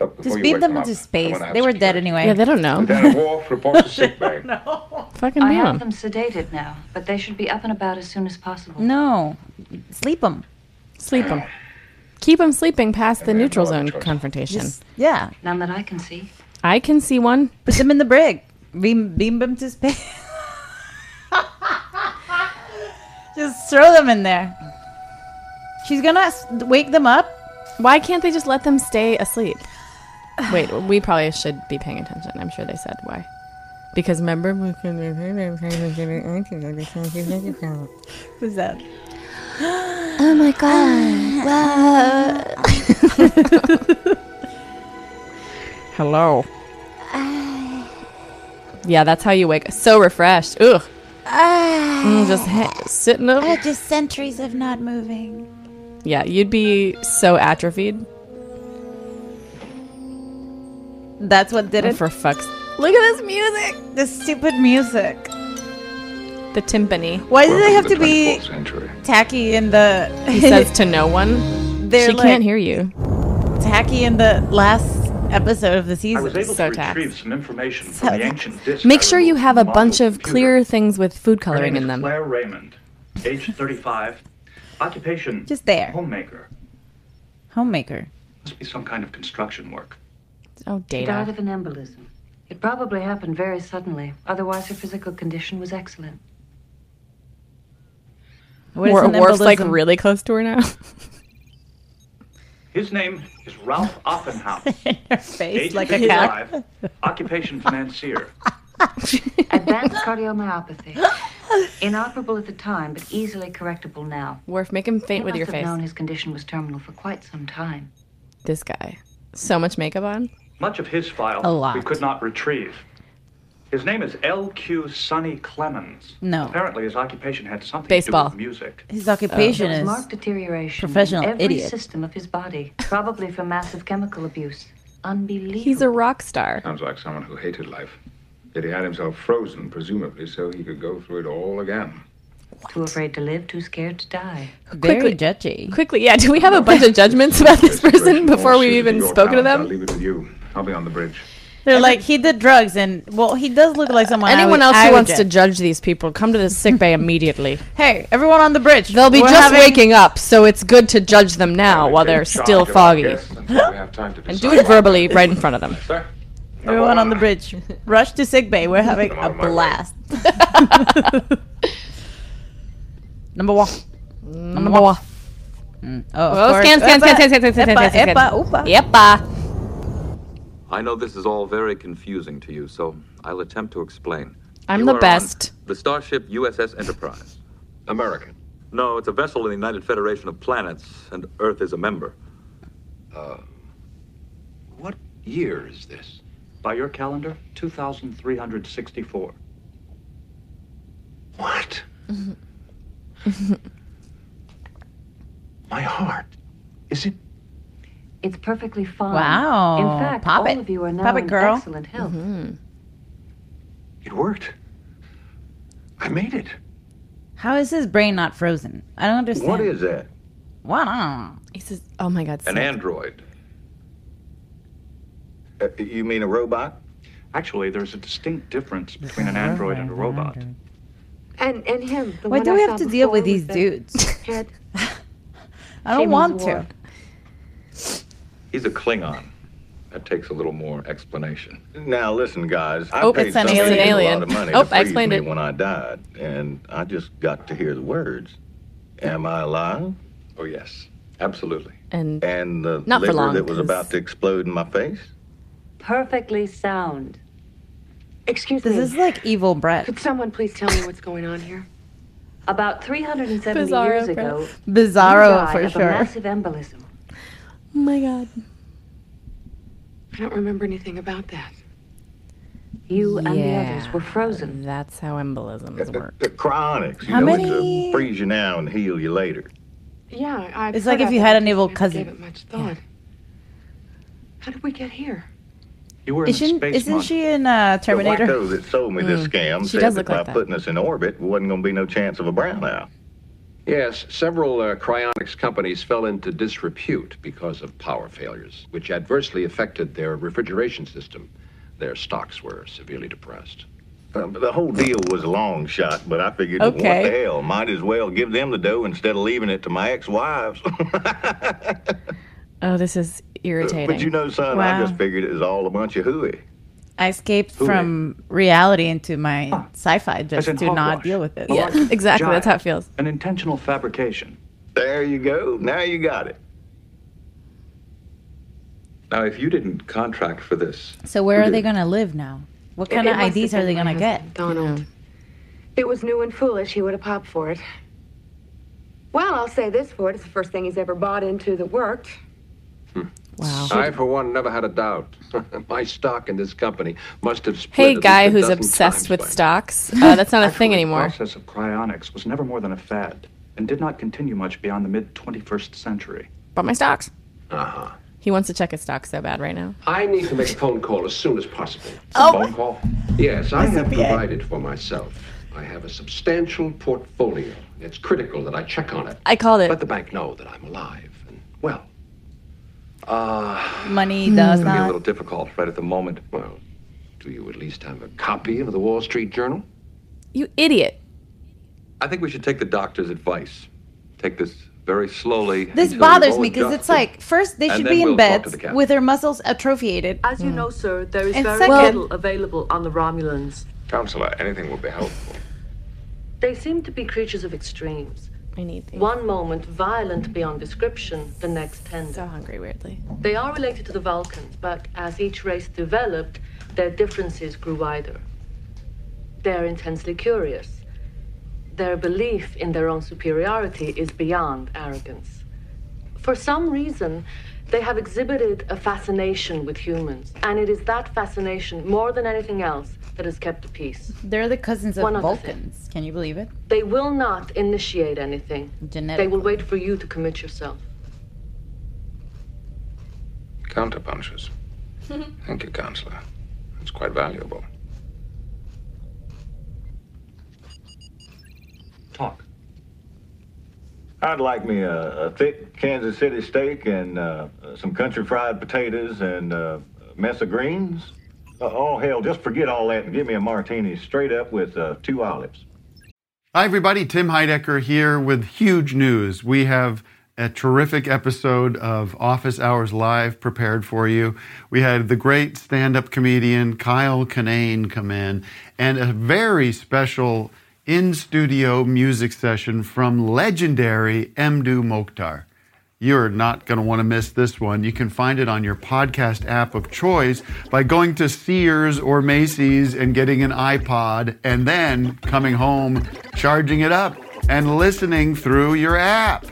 Speaker 13: Look, before
Speaker 1: Just
Speaker 13: you
Speaker 1: beam
Speaker 13: wake
Speaker 1: them
Speaker 13: up,
Speaker 1: into
Speaker 13: I
Speaker 1: space.
Speaker 13: wanna have
Speaker 1: They were dead anyway.
Speaker 2: Yeah, they don't know.
Speaker 13: Lieutenant Worf, report to sick bay.
Speaker 2: Fucking
Speaker 15: I have
Speaker 2: damn.
Speaker 15: them sedated now, but they should be up and about as soon as possible.
Speaker 1: No, sleep them.
Speaker 2: Sleep them. Keep them sleeping past the neutral zone confrontation.
Speaker 1: Yeah.
Speaker 15: None that I can see.
Speaker 2: I can see one.
Speaker 1: Put them in the brig. Beam, beam them to space. just throw them in there. She's gonna s- wake them up.
Speaker 2: Why can't they just let them stay asleep? Wait, we probably should be paying attention. I'm sure they said why. Because remember,
Speaker 1: Who's that?
Speaker 17: oh my god. Wow.
Speaker 2: Hello. Yeah, that's how you wake. So refreshed. Ugh.
Speaker 17: Ah.
Speaker 2: Mm, just ha- sitting up.
Speaker 17: Ah, just centuries of not moving.
Speaker 2: Yeah, you'd be so atrophied.
Speaker 1: That's what did
Speaker 2: Oh,
Speaker 1: it
Speaker 2: for fucks.
Speaker 1: Look at this music. This stupid music.
Speaker 2: The timpani.
Speaker 1: Why do they have to be tacky in the?
Speaker 2: He says to no one.
Speaker 1: They're
Speaker 2: she
Speaker 1: like-
Speaker 2: can't hear you.
Speaker 1: tacky in the last episode of the season.
Speaker 8: I was able
Speaker 1: so
Speaker 8: to
Speaker 1: tacky.
Speaker 8: retrieve some information from the ancient disc.
Speaker 2: Make sure you have a bunch of clear things with food
Speaker 8: Her name
Speaker 2: coloring
Speaker 8: is
Speaker 2: in them.
Speaker 8: Claire Raymond, age 35, occupation
Speaker 1: Just there.
Speaker 8: homemaker.
Speaker 1: Homemaker.
Speaker 8: Must be some kind of construction work.
Speaker 2: Oh,
Speaker 15: She died of an embolism. It probably happened very suddenly. Otherwise, her physical condition was excellent.
Speaker 2: Were Worf's like really close to her now.
Speaker 8: His name is Ralph Offenhaus. age
Speaker 15: like a
Speaker 8: 55,
Speaker 15: cat.
Speaker 8: occupation financier.
Speaker 15: Advanced cardiomyopathy. Inoperable at the time, but easily correctable now.
Speaker 2: Worf, make him faint
Speaker 15: He
Speaker 2: with
Speaker 15: must
Speaker 2: your
Speaker 15: have
Speaker 2: face.
Speaker 15: known his condition was terminal for quite some time.
Speaker 2: This guy. So much makeup on.
Speaker 8: Much of his file
Speaker 2: A lot.
Speaker 8: we could not retrieve. His name is L.Q. Sonny Clemens.
Speaker 1: No.
Speaker 8: Apparently his occupation had something
Speaker 1: Baseball.
Speaker 8: to do with music.
Speaker 1: His occupation
Speaker 15: There was
Speaker 1: is
Speaker 15: marked deterioration
Speaker 1: professional
Speaker 15: in every
Speaker 1: idiot.
Speaker 15: system of his body, probably from massive chemical abuse. Unbelievable.
Speaker 2: He's a rock star.
Speaker 18: Sounds like someone who hated life. Yet he had himself frozen, presumably, so he could go through it all again.
Speaker 15: Too afraid to live, too scared to die.
Speaker 2: Very
Speaker 1: judgy.
Speaker 2: Quickly, yeah. Do we have a bunch of judgments about this person before
Speaker 18: All
Speaker 2: we've
Speaker 18: suited
Speaker 2: even
Speaker 18: your
Speaker 2: spoken to
Speaker 19: Um,
Speaker 18: talents. I'll
Speaker 2: them?
Speaker 18: leave it with you. I'll be on the bridge.
Speaker 1: They're like he did drugs and well, he does look like someone. I
Speaker 2: Anyone
Speaker 1: would-
Speaker 2: else
Speaker 1: I
Speaker 2: who
Speaker 1: would
Speaker 2: wants to judge these people, come to the sick bay immediately.
Speaker 1: Hey, everyone on the bridge.
Speaker 2: They'll be
Speaker 1: we're
Speaker 2: just
Speaker 1: having-
Speaker 2: waking up, so it's good to judge them now while they're still foggy. And do it verbally right in front of them.
Speaker 1: Everyone on the bridge, rush to sick bay. We're having a blast. Number one. Number one. Mm, Oh, of
Speaker 2: Oh,
Speaker 1: course.
Speaker 2: scan, scan,
Speaker 1: Epa,
Speaker 2: scan, scan, scan, scan, scan,
Speaker 1: epa,
Speaker 2: scan, scan.
Speaker 1: epa, oopa.
Speaker 2: Yepa.
Speaker 6: I know this is all very confusing to you, so I'll attempt to explain.
Speaker 2: I'm
Speaker 6: You
Speaker 2: the
Speaker 6: are on
Speaker 2: best.
Speaker 6: The starship USS Enterprise. American. No, it's a vessel in the United Federation of Planets, and Earth is a member. Uh,
Speaker 8: What year is this? By your calendar, 2,364. What?
Speaker 15: My heart. Is it? It's perfectly fine.
Speaker 1: Wow.
Speaker 15: In fact,
Speaker 1: Pop
Speaker 15: all
Speaker 1: it.
Speaker 15: of you are now
Speaker 1: Pop it,
Speaker 15: in
Speaker 1: girl.
Speaker 15: excellent health.
Speaker 8: It worked. I made it.
Speaker 1: How is his brain not frozen? I don't understand.
Speaker 20: What is that?
Speaker 1: What? I don't know.
Speaker 2: He says, "Oh my god."
Speaker 20: An android.
Speaker 8: Uh, you mean a robot? Actually, there's a distinct difference between an android and a robot.
Speaker 16: And and him. the
Speaker 1: Why
Speaker 16: one
Speaker 1: do
Speaker 16: I
Speaker 1: we
Speaker 16: saw
Speaker 1: have to deal
Speaker 16: before
Speaker 1: with these
Speaker 16: the
Speaker 1: dudes?
Speaker 16: head.
Speaker 1: I don't
Speaker 16: Shaman's
Speaker 1: want to.
Speaker 16: War.
Speaker 20: He's a Klingon. That takes a little more explanation.
Speaker 18: Now listen, guys. I
Speaker 20: Oh,
Speaker 18: paid
Speaker 20: it's an
Speaker 18: somebody
Speaker 20: alien.
Speaker 18: A
Speaker 20: Alien.
Speaker 18: lot of money
Speaker 20: Oh,
Speaker 18: to
Speaker 20: I
Speaker 18: freeze
Speaker 20: explained
Speaker 18: me
Speaker 20: it.
Speaker 18: when I died, and I just got to hear the words. Am I alive?
Speaker 20: Oh yes, absolutely.
Speaker 2: And
Speaker 18: and the
Speaker 15: Mm. Not for
Speaker 18: liver
Speaker 15: long,
Speaker 18: that was
Speaker 15: 'cause-
Speaker 18: about to explode in my face.
Speaker 16: Perfectly sound. Excuse
Speaker 1: This
Speaker 16: me.
Speaker 1: is like evil Brett.
Speaker 16: Could someone please tell me what's going on here?
Speaker 15: About 370
Speaker 16: Bizarro
Speaker 15: years
Speaker 16: breath.
Speaker 15: ago,
Speaker 1: Bizarro,
Speaker 15: he died
Speaker 1: for
Speaker 15: of
Speaker 1: sure.
Speaker 15: A massive embolism.
Speaker 2: Oh my god.
Speaker 16: I don't remember anything about that.
Speaker 15: You and the
Speaker 2: Yeah.
Speaker 15: others were frozen.
Speaker 2: That's how embolisms work.
Speaker 18: The chronics, you
Speaker 15: How
Speaker 18: know,
Speaker 15: many-
Speaker 18: it's a freeze you now and heal you later.
Speaker 16: Yeah, I.
Speaker 1: It's like if you had an evil cousin.
Speaker 16: Much thought. How did we get here?
Speaker 8: You were
Speaker 1: Isn't, isn't she in uh, Terminator?
Speaker 18: The wacko that sold me this scam
Speaker 1: Hmm. She
Speaker 18: said
Speaker 1: does
Speaker 18: that
Speaker 1: look
Speaker 18: by
Speaker 1: like that.
Speaker 18: putting us in orbit, wasn't going to be no chance of a brownout.
Speaker 21: Yes, several uh, cryonics companies fell into disrepute because of power failures, which adversely affected their refrigeration system. Their stocks were severely depressed.
Speaker 18: Um, the whole deal was a long shot, but I figured,
Speaker 21: Okay.
Speaker 18: what the hell? Might as well give them the dough instead of leaving it to my ex-wives.
Speaker 2: Oh, this is irritating.
Speaker 18: but you know, son, I
Speaker 1: Wow.
Speaker 18: just figured it was all a bunch of hooey.
Speaker 1: I escaped from reality into my sci-fi just
Speaker 18: in
Speaker 1: to not
Speaker 18: hogwash.
Speaker 1: deal with it.
Speaker 18: Yeah, Malarkey. exactly. That's how it
Speaker 2: feels.
Speaker 8: An intentional fabrication.
Speaker 18: There you go. Now you got it.
Speaker 20: Now, if you didn't contract for this,
Speaker 1: So where
Speaker 20: who
Speaker 1: are they
Speaker 20: did?
Speaker 1: going to live now? What
Speaker 16: It-
Speaker 1: kind
Speaker 16: it
Speaker 1: of
Speaker 16: must have
Speaker 1: IDs are
Speaker 16: been
Speaker 1: they
Speaker 16: my
Speaker 1: going to get?
Speaker 16: Donald. If it was new and foolish, he would have popped for it. Well, I'll say this for it. It's the first thing he's ever bought into that worked.
Speaker 2: Wow.
Speaker 21: I, for one, never had a doubt. My stock in this company must have split.
Speaker 2: Hey,
Speaker 21: at
Speaker 2: guy
Speaker 21: least a
Speaker 2: who's
Speaker 21: dozen
Speaker 2: obsessed
Speaker 21: times
Speaker 2: with
Speaker 21: by now.
Speaker 2: stocks. Uh, that's not a thing
Speaker 8: The
Speaker 2: anymore.
Speaker 8: process of cryonics was never more than a fad and did not continue much beyond the mid 21st century.
Speaker 2: Bought my stocks.
Speaker 21: Uh huh.
Speaker 18: Uh-huh.
Speaker 2: He wants to check his stocks so bad right now.
Speaker 21: I need to make a phone call as soon as possible.
Speaker 2: Oh. phone
Speaker 21: call? Yes, I
Speaker 2: This
Speaker 21: have
Speaker 2: would be it.
Speaker 21: provided for myself. I have a substantial portfolio. It's critical that I check on it.
Speaker 2: I called it.
Speaker 21: Let the bank know that I'm alive and well. Uh,
Speaker 1: Money
Speaker 18: Hmm.
Speaker 1: does
Speaker 21: It's gonna be a
Speaker 1: not.
Speaker 21: little difficult right at the moment. Well, do you at least have a copy of the Wall Street Journal?
Speaker 2: You idiot.
Speaker 6: I think we should take the doctor's advice. Take this very slowly. until
Speaker 1: This
Speaker 6: we've
Speaker 1: bothers
Speaker 6: all
Speaker 1: me because it's
Speaker 6: adjusted.
Speaker 1: like first they
Speaker 6: And
Speaker 1: should
Speaker 6: then
Speaker 1: be in
Speaker 6: we'll talk to the
Speaker 1: bed
Speaker 6: captain.
Speaker 1: with their muscles atrophiated.
Speaker 19: As you know, sir, there is
Speaker 1: And
Speaker 19: very
Speaker 1: second-
Speaker 19: little available on the Romulans.
Speaker 13: Counselor, anything will be helpful.
Speaker 19: They seem to be creatures of extremes.
Speaker 2: I need these.
Speaker 19: One moment violent beyond description, the next tender. So
Speaker 2: hungry, weirdly.
Speaker 19: They are related to the Vulcans, but as each race developed, their differences grew wider. They are intensely curious. Their belief in their own superiority is beyond arrogance. For some reason, they have exhibited a fascination with humans, and it is that fascination, more than anything else, that has kept the peace.
Speaker 1: They're the cousins of
Speaker 19: One other
Speaker 1: Vulcans. Can you believe it?
Speaker 19: They will not initiate anything.
Speaker 1: Genetically.
Speaker 19: They will wait for you to commit yourself.
Speaker 13: Counterpunches. Thank you, Counselor. It's quite valuable.
Speaker 8: Talk.
Speaker 18: I'd like me a, a thick Kansas City steak and uh, some country fried potatoes and uh, a mess of greens. Uh, oh, hell, just forget all that and give me a martini straight up with uh, two olives.
Speaker 22: Hi, everybody. Tim Heidecker here with huge news. We have a terrific episode of Office Hours Live prepared for you. We had the great stand up comedian Kyle Kinane come in and a very special in studio music session from legendary Mdu Mokhtar. You're not going to want to miss this one. You can find it on your podcast app of choice by going to Sears or Macy's and getting an iPod and then coming home, charging it up, and listening through your app.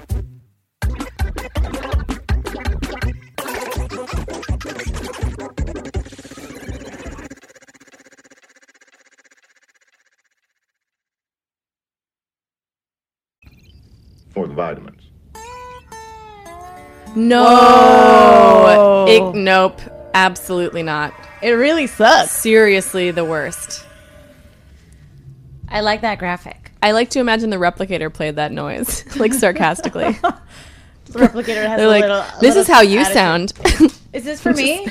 Speaker 18: For the vitamins.
Speaker 2: No.
Speaker 1: Whoa.
Speaker 2: Ig- nope. Absolutely not.
Speaker 1: It really sucks.
Speaker 2: Seriously, the worst.
Speaker 1: I like that graphic.
Speaker 2: I like to imagine the replicator played that noise, like sarcastically.
Speaker 1: The replicator has
Speaker 2: They're
Speaker 1: a
Speaker 2: like,
Speaker 1: little.
Speaker 2: this is how you sound.
Speaker 1: Is this for me?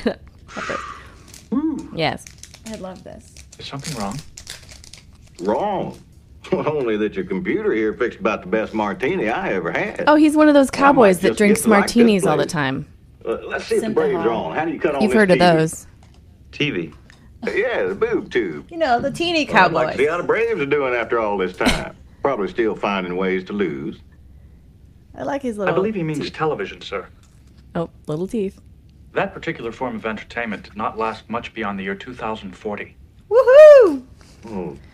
Speaker 2: yes.
Speaker 1: I love this.
Speaker 8: Is something wrong?
Speaker 18: Wrong. Well, only that your computer here fixed about the best martini I ever had.
Speaker 2: Oh, he's one of those
Speaker 18: Well, I might
Speaker 2: cowboys that
Speaker 18: just
Speaker 2: drinks
Speaker 18: get like this
Speaker 2: martinis all the
Speaker 18: place.
Speaker 2: time.
Speaker 18: Uh, let's see if the Braves are on. How do you cut on
Speaker 2: You've
Speaker 18: this
Speaker 2: heard of
Speaker 18: TV?
Speaker 2: those.
Speaker 18: TV. Yeah, the boob tube.
Speaker 1: You know, the teeny
Speaker 18: Well, I'd like to
Speaker 1: cowboy.
Speaker 18: see how the Braves are doing after all this time. Probably still finding ways to lose.
Speaker 1: I like
Speaker 8: I
Speaker 1: his little.
Speaker 8: believe he means television, sir.
Speaker 2: Oh, little teeth.
Speaker 8: That particular form of entertainment did not last much beyond the year 2040.
Speaker 1: Woohoo!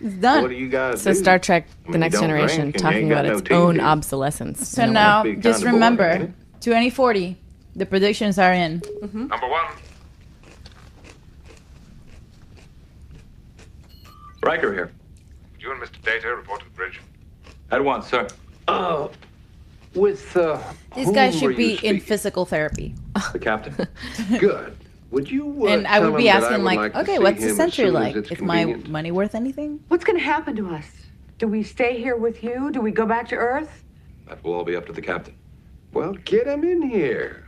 Speaker 18: It's
Speaker 1: done.
Speaker 18: What do you guys
Speaker 2: So
Speaker 18: do?
Speaker 2: Star Trek:
Speaker 18: I
Speaker 2: The
Speaker 18: mean, you
Speaker 2: Next
Speaker 18: don't drink
Speaker 2: Generation
Speaker 18: and you
Speaker 2: talking
Speaker 18: ain't got
Speaker 2: about
Speaker 18: no
Speaker 2: its
Speaker 18: TV.
Speaker 2: own obsolescience.
Speaker 1: So
Speaker 2: in a
Speaker 1: now,
Speaker 2: way.
Speaker 1: just remember, 2040, the predictions are in.
Speaker 13: Mm-hmm.
Speaker 23: Number one,
Speaker 6: Riker here.
Speaker 23: would you and Mr. Data report to the bridge?
Speaker 6: At once, sir.
Speaker 21: Oh, with uh,
Speaker 1: This guy should be in physical therapy.
Speaker 6: the captain.
Speaker 21: Good. Would you? Uh,
Speaker 1: and I
Speaker 21: tell
Speaker 1: would be
Speaker 21: him that I
Speaker 1: asking,
Speaker 21: would
Speaker 1: like,
Speaker 21: like to
Speaker 1: okay,
Speaker 21: see
Speaker 1: what's the
Speaker 21: him as
Speaker 1: century
Speaker 21: soon as
Speaker 1: like?
Speaker 21: it's
Speaker 1: Is my
Speaker 21: convenient?"
Speaker 1: money worth anything?
Speaker 16: What's going to happen to us? Do we stay here with you? Do we go back to Earth?
Speaker 6: That will all be up to the captain.
Speaker 21: Well, get him in here.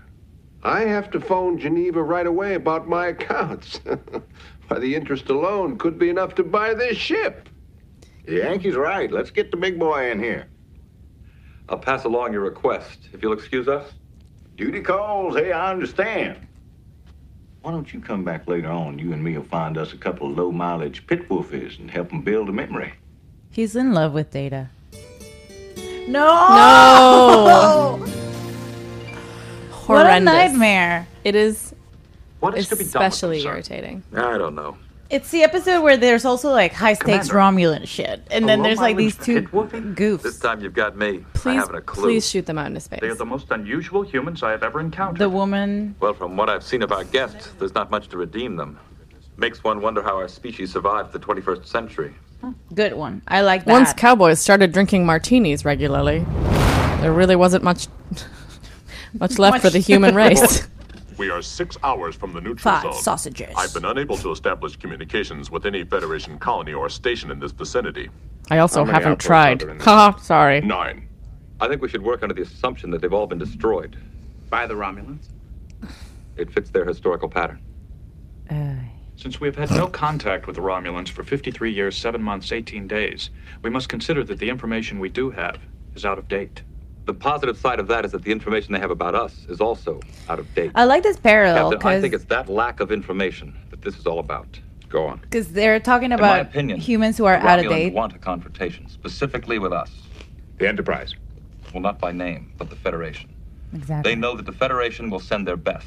Speaker 21: I have to phone Geneva right away about my accounts. Why, the interest alone could be enough to buy this ship.
Speaker 18: The Yankees right. Let's get the big boy in here.
Speaker 6: I'll pass along your request if you'll excuse us.
Speaker 18: Duty calls. Hey, I understand. Why don't you come back later on? You and me will find us a couple of low mileage pit wolfies and help them build a memory.
Speaker 1: He's in love with Data. Oh.
Speaker 2: No.
Speaker 1: What a
Speaker 2: Horrendous.
Speaker 1: nightmare.
Speaker 2: It is
Speaker 6: What
Speaker 2: especially irritating.
Speaker 6: I don't know.
Speaker 1: It's the episode where there's also like high stakes Romulan shit, and then
Speaker 6: Oh,
Speaker 1: there's like
Speaker 6: Romulan
Speaker 1: these
Speaker 6: shit.
Speaker 1: two
Speaker 6: This
Speaker 1: goofs.
Speaker 6: time you've got me. I haven't a clue.
Speaker 2: them out into space.
Speaker 8: They are the most unusual humans I have ever encountered.
Speaker 1: The woman.
Speaker 6: Well, from what I've seen of our guests, there's not much to redeem them. Makes one wonder how our species survived the 21st century.
Speaker 1: Good one. I like that.
Speaker 2: Once cowboys started drinking martinis regularly, there really wasn't much much left for the human race.
Speaker 5: We are six hours from the neutral
Speaker 2: Five
Speaker 5: zone.
Speaker 2: sausages.
Speaker 5: I've been unable to establish communications with any Federation colony or station in this vicinity.
Speaker 2: I
Speaker 5: How
Speaker 2: also
Speaker 5: many
Speaker 2: haven't
Speaker 5: apples
Speaker 2: tried.
Speaker 5: are there in
Speaker 2: Haha, sorry.
Speaker 5: Nine.
Speaker 6: I think we should work under the assumption that they've all been destroyed.
Speaker 24: By the Romulans?
Speaker 6: It fits their historical pattern.
Speaker 1: Uh,
Speaker 8: Since we have had no contact with the Romulans for 53 years, 7 months, 18 days, we must consider that the information we do have is out of date.
Speaker 6: The positive side of that is that the information they have about us is also out of date.
Speaker 1: I like this parallel
Speaker 6: Captain, I think
Speaker 1: because
Speaker 6: it's that lack of information that this is all about. Go on.
Speaker 1: they're talking
Speaker 6: In my
Speaker 1: about
Speaker 6: opinion,
Speaker 1: humans who are
Speaker 6: the
Speaker 1: out of
Speaker 6: Romulans
Speaker 1: date.
Speaker 6: want a confrontation, specifically with us. The Enterprise. Well, not by name, but the Federation.
Speaker 1: Exactly.
Speaker 6: They know that the Federation will send their best.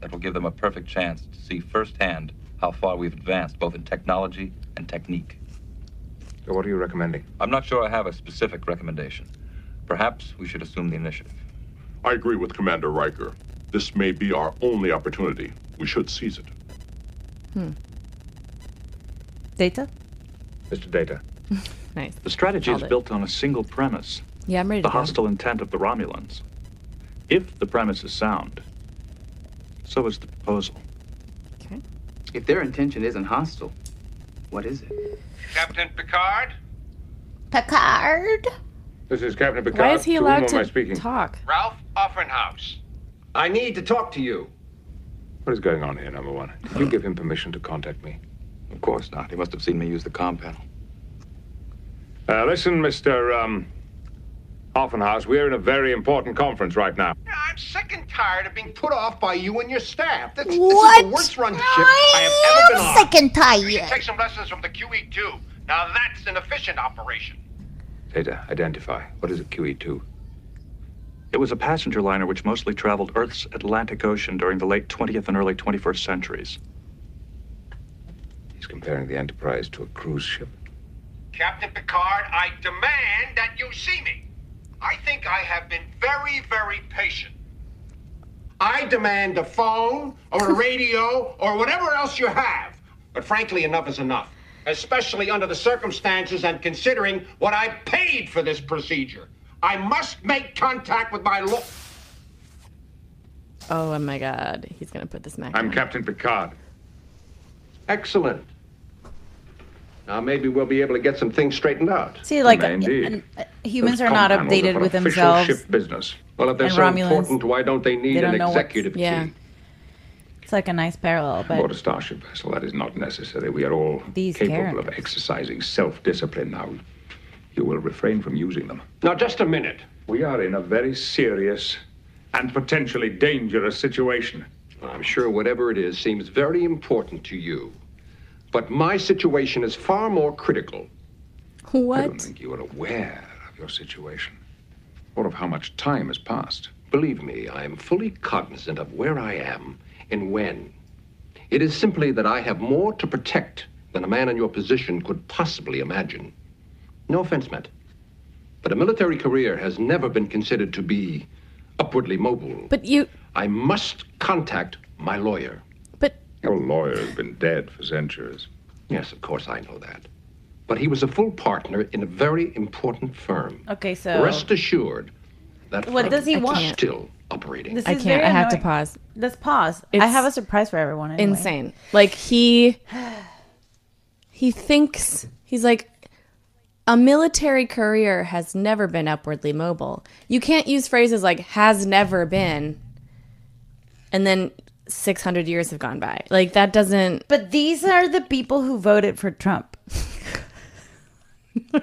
Speaker 6: That will give them a perfect chance to see firsthand how far we've advanced, both in technology and technique.
Speaker 21: So what are you recommending?
Speaker 6: I'm not sure I have a specific recommendation. Perhaps we should assume the initiative.
Speaker 5: I agree with Commander Riker. This may be our only opportunity. We should seize it.
Speaker 1: Data?
Speaker 5: Mr. Data.
Speaker 2: Nice.
Speaker 8: The strategy
Speaker 2: Solid.
Speaker 8: is built on a single premise
Speaker 2: Yeah, I'm ready
Speaker 8: the
Speaker 2: to go.
Speaker 8: hostile intent of the Romulans. If the premise is sound, so is the proposal.
Speaker 25: If their intention isn't hostile, what is it?
Speaker 10: Captain Picard?
Speaker 1: Picard?
Speaker 13: This is Captain Picard.
Speaker 2: Why is he
Speaker 13: To whom
Speaker 2: allowed
Speaker 13: am I
Speaker 2: to
Speaker 13: speaking?
Speaker 2: talk?
Speaker 10: Ralph Offenhaus.
Speaker 13: I need to talk to you.
Speaker 21: What is going on here, number one? Did you give him permission to contact me?
Speaker 6: Of course not. He must have seen me use the com panel.
Speaker 13: Uh, listen, Mr. Um, Offenhaus, we're in a very important conference right now.
Speaker 10: I'm sick and tired of being put off by you and your staff. This,
Speaker 26: What?
Speaker 10: this is the worst run ship
Speaker 26: I
Speaker 10: I have ever been
Speaker 26: am
Speaker 10: on.
Speaker 26: sick and tired.
Speaker 10: You should take some lessons from the QE2. Now that's an efficient operation.
Speaker 21: Data, identify. What is E a QE2?
Speaker 8: It was a passenger liner which mostly traveled Earth's Atlantic Ocean during the late 20th and early 21st centuries.
Speaker 21: He's comparing the Enterprise to a cruise ship.
Speaker 10: Captain Picard, I demand that you see me. I think I have been very, very patient. I demand a phone or a radio or whatever else you have. But frankly, enough is enough, especially under the circumstances and considering what I paid for this procedure. I must make contact with my law.
Speaker 2: Oh my god, he's gonna put this back.
Speaker 13: I'm Captain Picard.
Speaker 21: Excellent. Now maybe we'll be able to get some things straightened out.
Speaker 1: See, like,
Speaker 21: Yeah, indeed.
Speaker 1: an- uh, humans
Speaker 21: Those
Speaker 1: are not
Speaker 21: com panels are
Speaker 1: updated
Speaker 21: for
Speaker 1: with
Speaker 21: official
Speaker 1: themselves.
Speaker 21: Ship business. Well, if they're
Speaker 1: And
Speaker 21: so
Speaker 1: Romulans,
Speaker 21: important, why don't they need
Speaker 1: they don't
Speaker 21: an
Speaker 1: know what's-
Speaker 21: executive
Speaker 1: yeah.
Speaker 21: key?
Speaker 1: It's like a nice parallel,
Speaker 21: Aboard
Speaker 1: but
Speaker 21: a starship vessel, that is not necessary. We are all
Speaker 1: These
Speaker 21: capable of
Speaker 1: characters.
Speaker 21: exercising self-discipline now. You will refrain from using them.
Speaker 13: Now, just a minute. We are in a very serious and potentially dangerous situation.
Speaker 21: I'm sure whatever it is seems very important to you. But my situation is far more critical.
Speaker 2: What?
Speaker 21: I don't think you are aware of your situation or of how much time has passed. Believe me, I am fully cognizant of where I am and when. It is simply that I have more to protect than a man in your position could possibly imagine. No offense meant. But a military career has never been considered to be upwardly mobile.
Speaker 2: But you
Speaker 21: I must contact my lawyer.
Speaker 2: But-
Speaker 21: Your lawyer's been dead for centuries. Yes, of course I know that. But he was a full partner in a very important firm.
Speaker 1: okay, so
Speaker 21: Rest assured, that
Speaker 1: What
Speaker 21: firm
Speaker 1: does he
Speaker 21: is
Speaker 1: want?
Speaker 21: still operating.
Speaker 1: this
Speaker 2: I
Speaker 1: is
Speaker 2: can't.
Speaker 1: very
Speaker 2: I have to
Speaker 1: annoying.
Speaker 2: pause.
Speaker 1: Let's pause. I
Speaker 2: It's
Speaker 1: have a surprise for everyone. Anyway.
Speaker 2: Insane. Like he he thinks he's like a military career has never been upwardly mobile. You can't use phrases like has never been and then 600 years have gone by. Like that doesn't
Speaker 1: But these are the people who voted for Trump.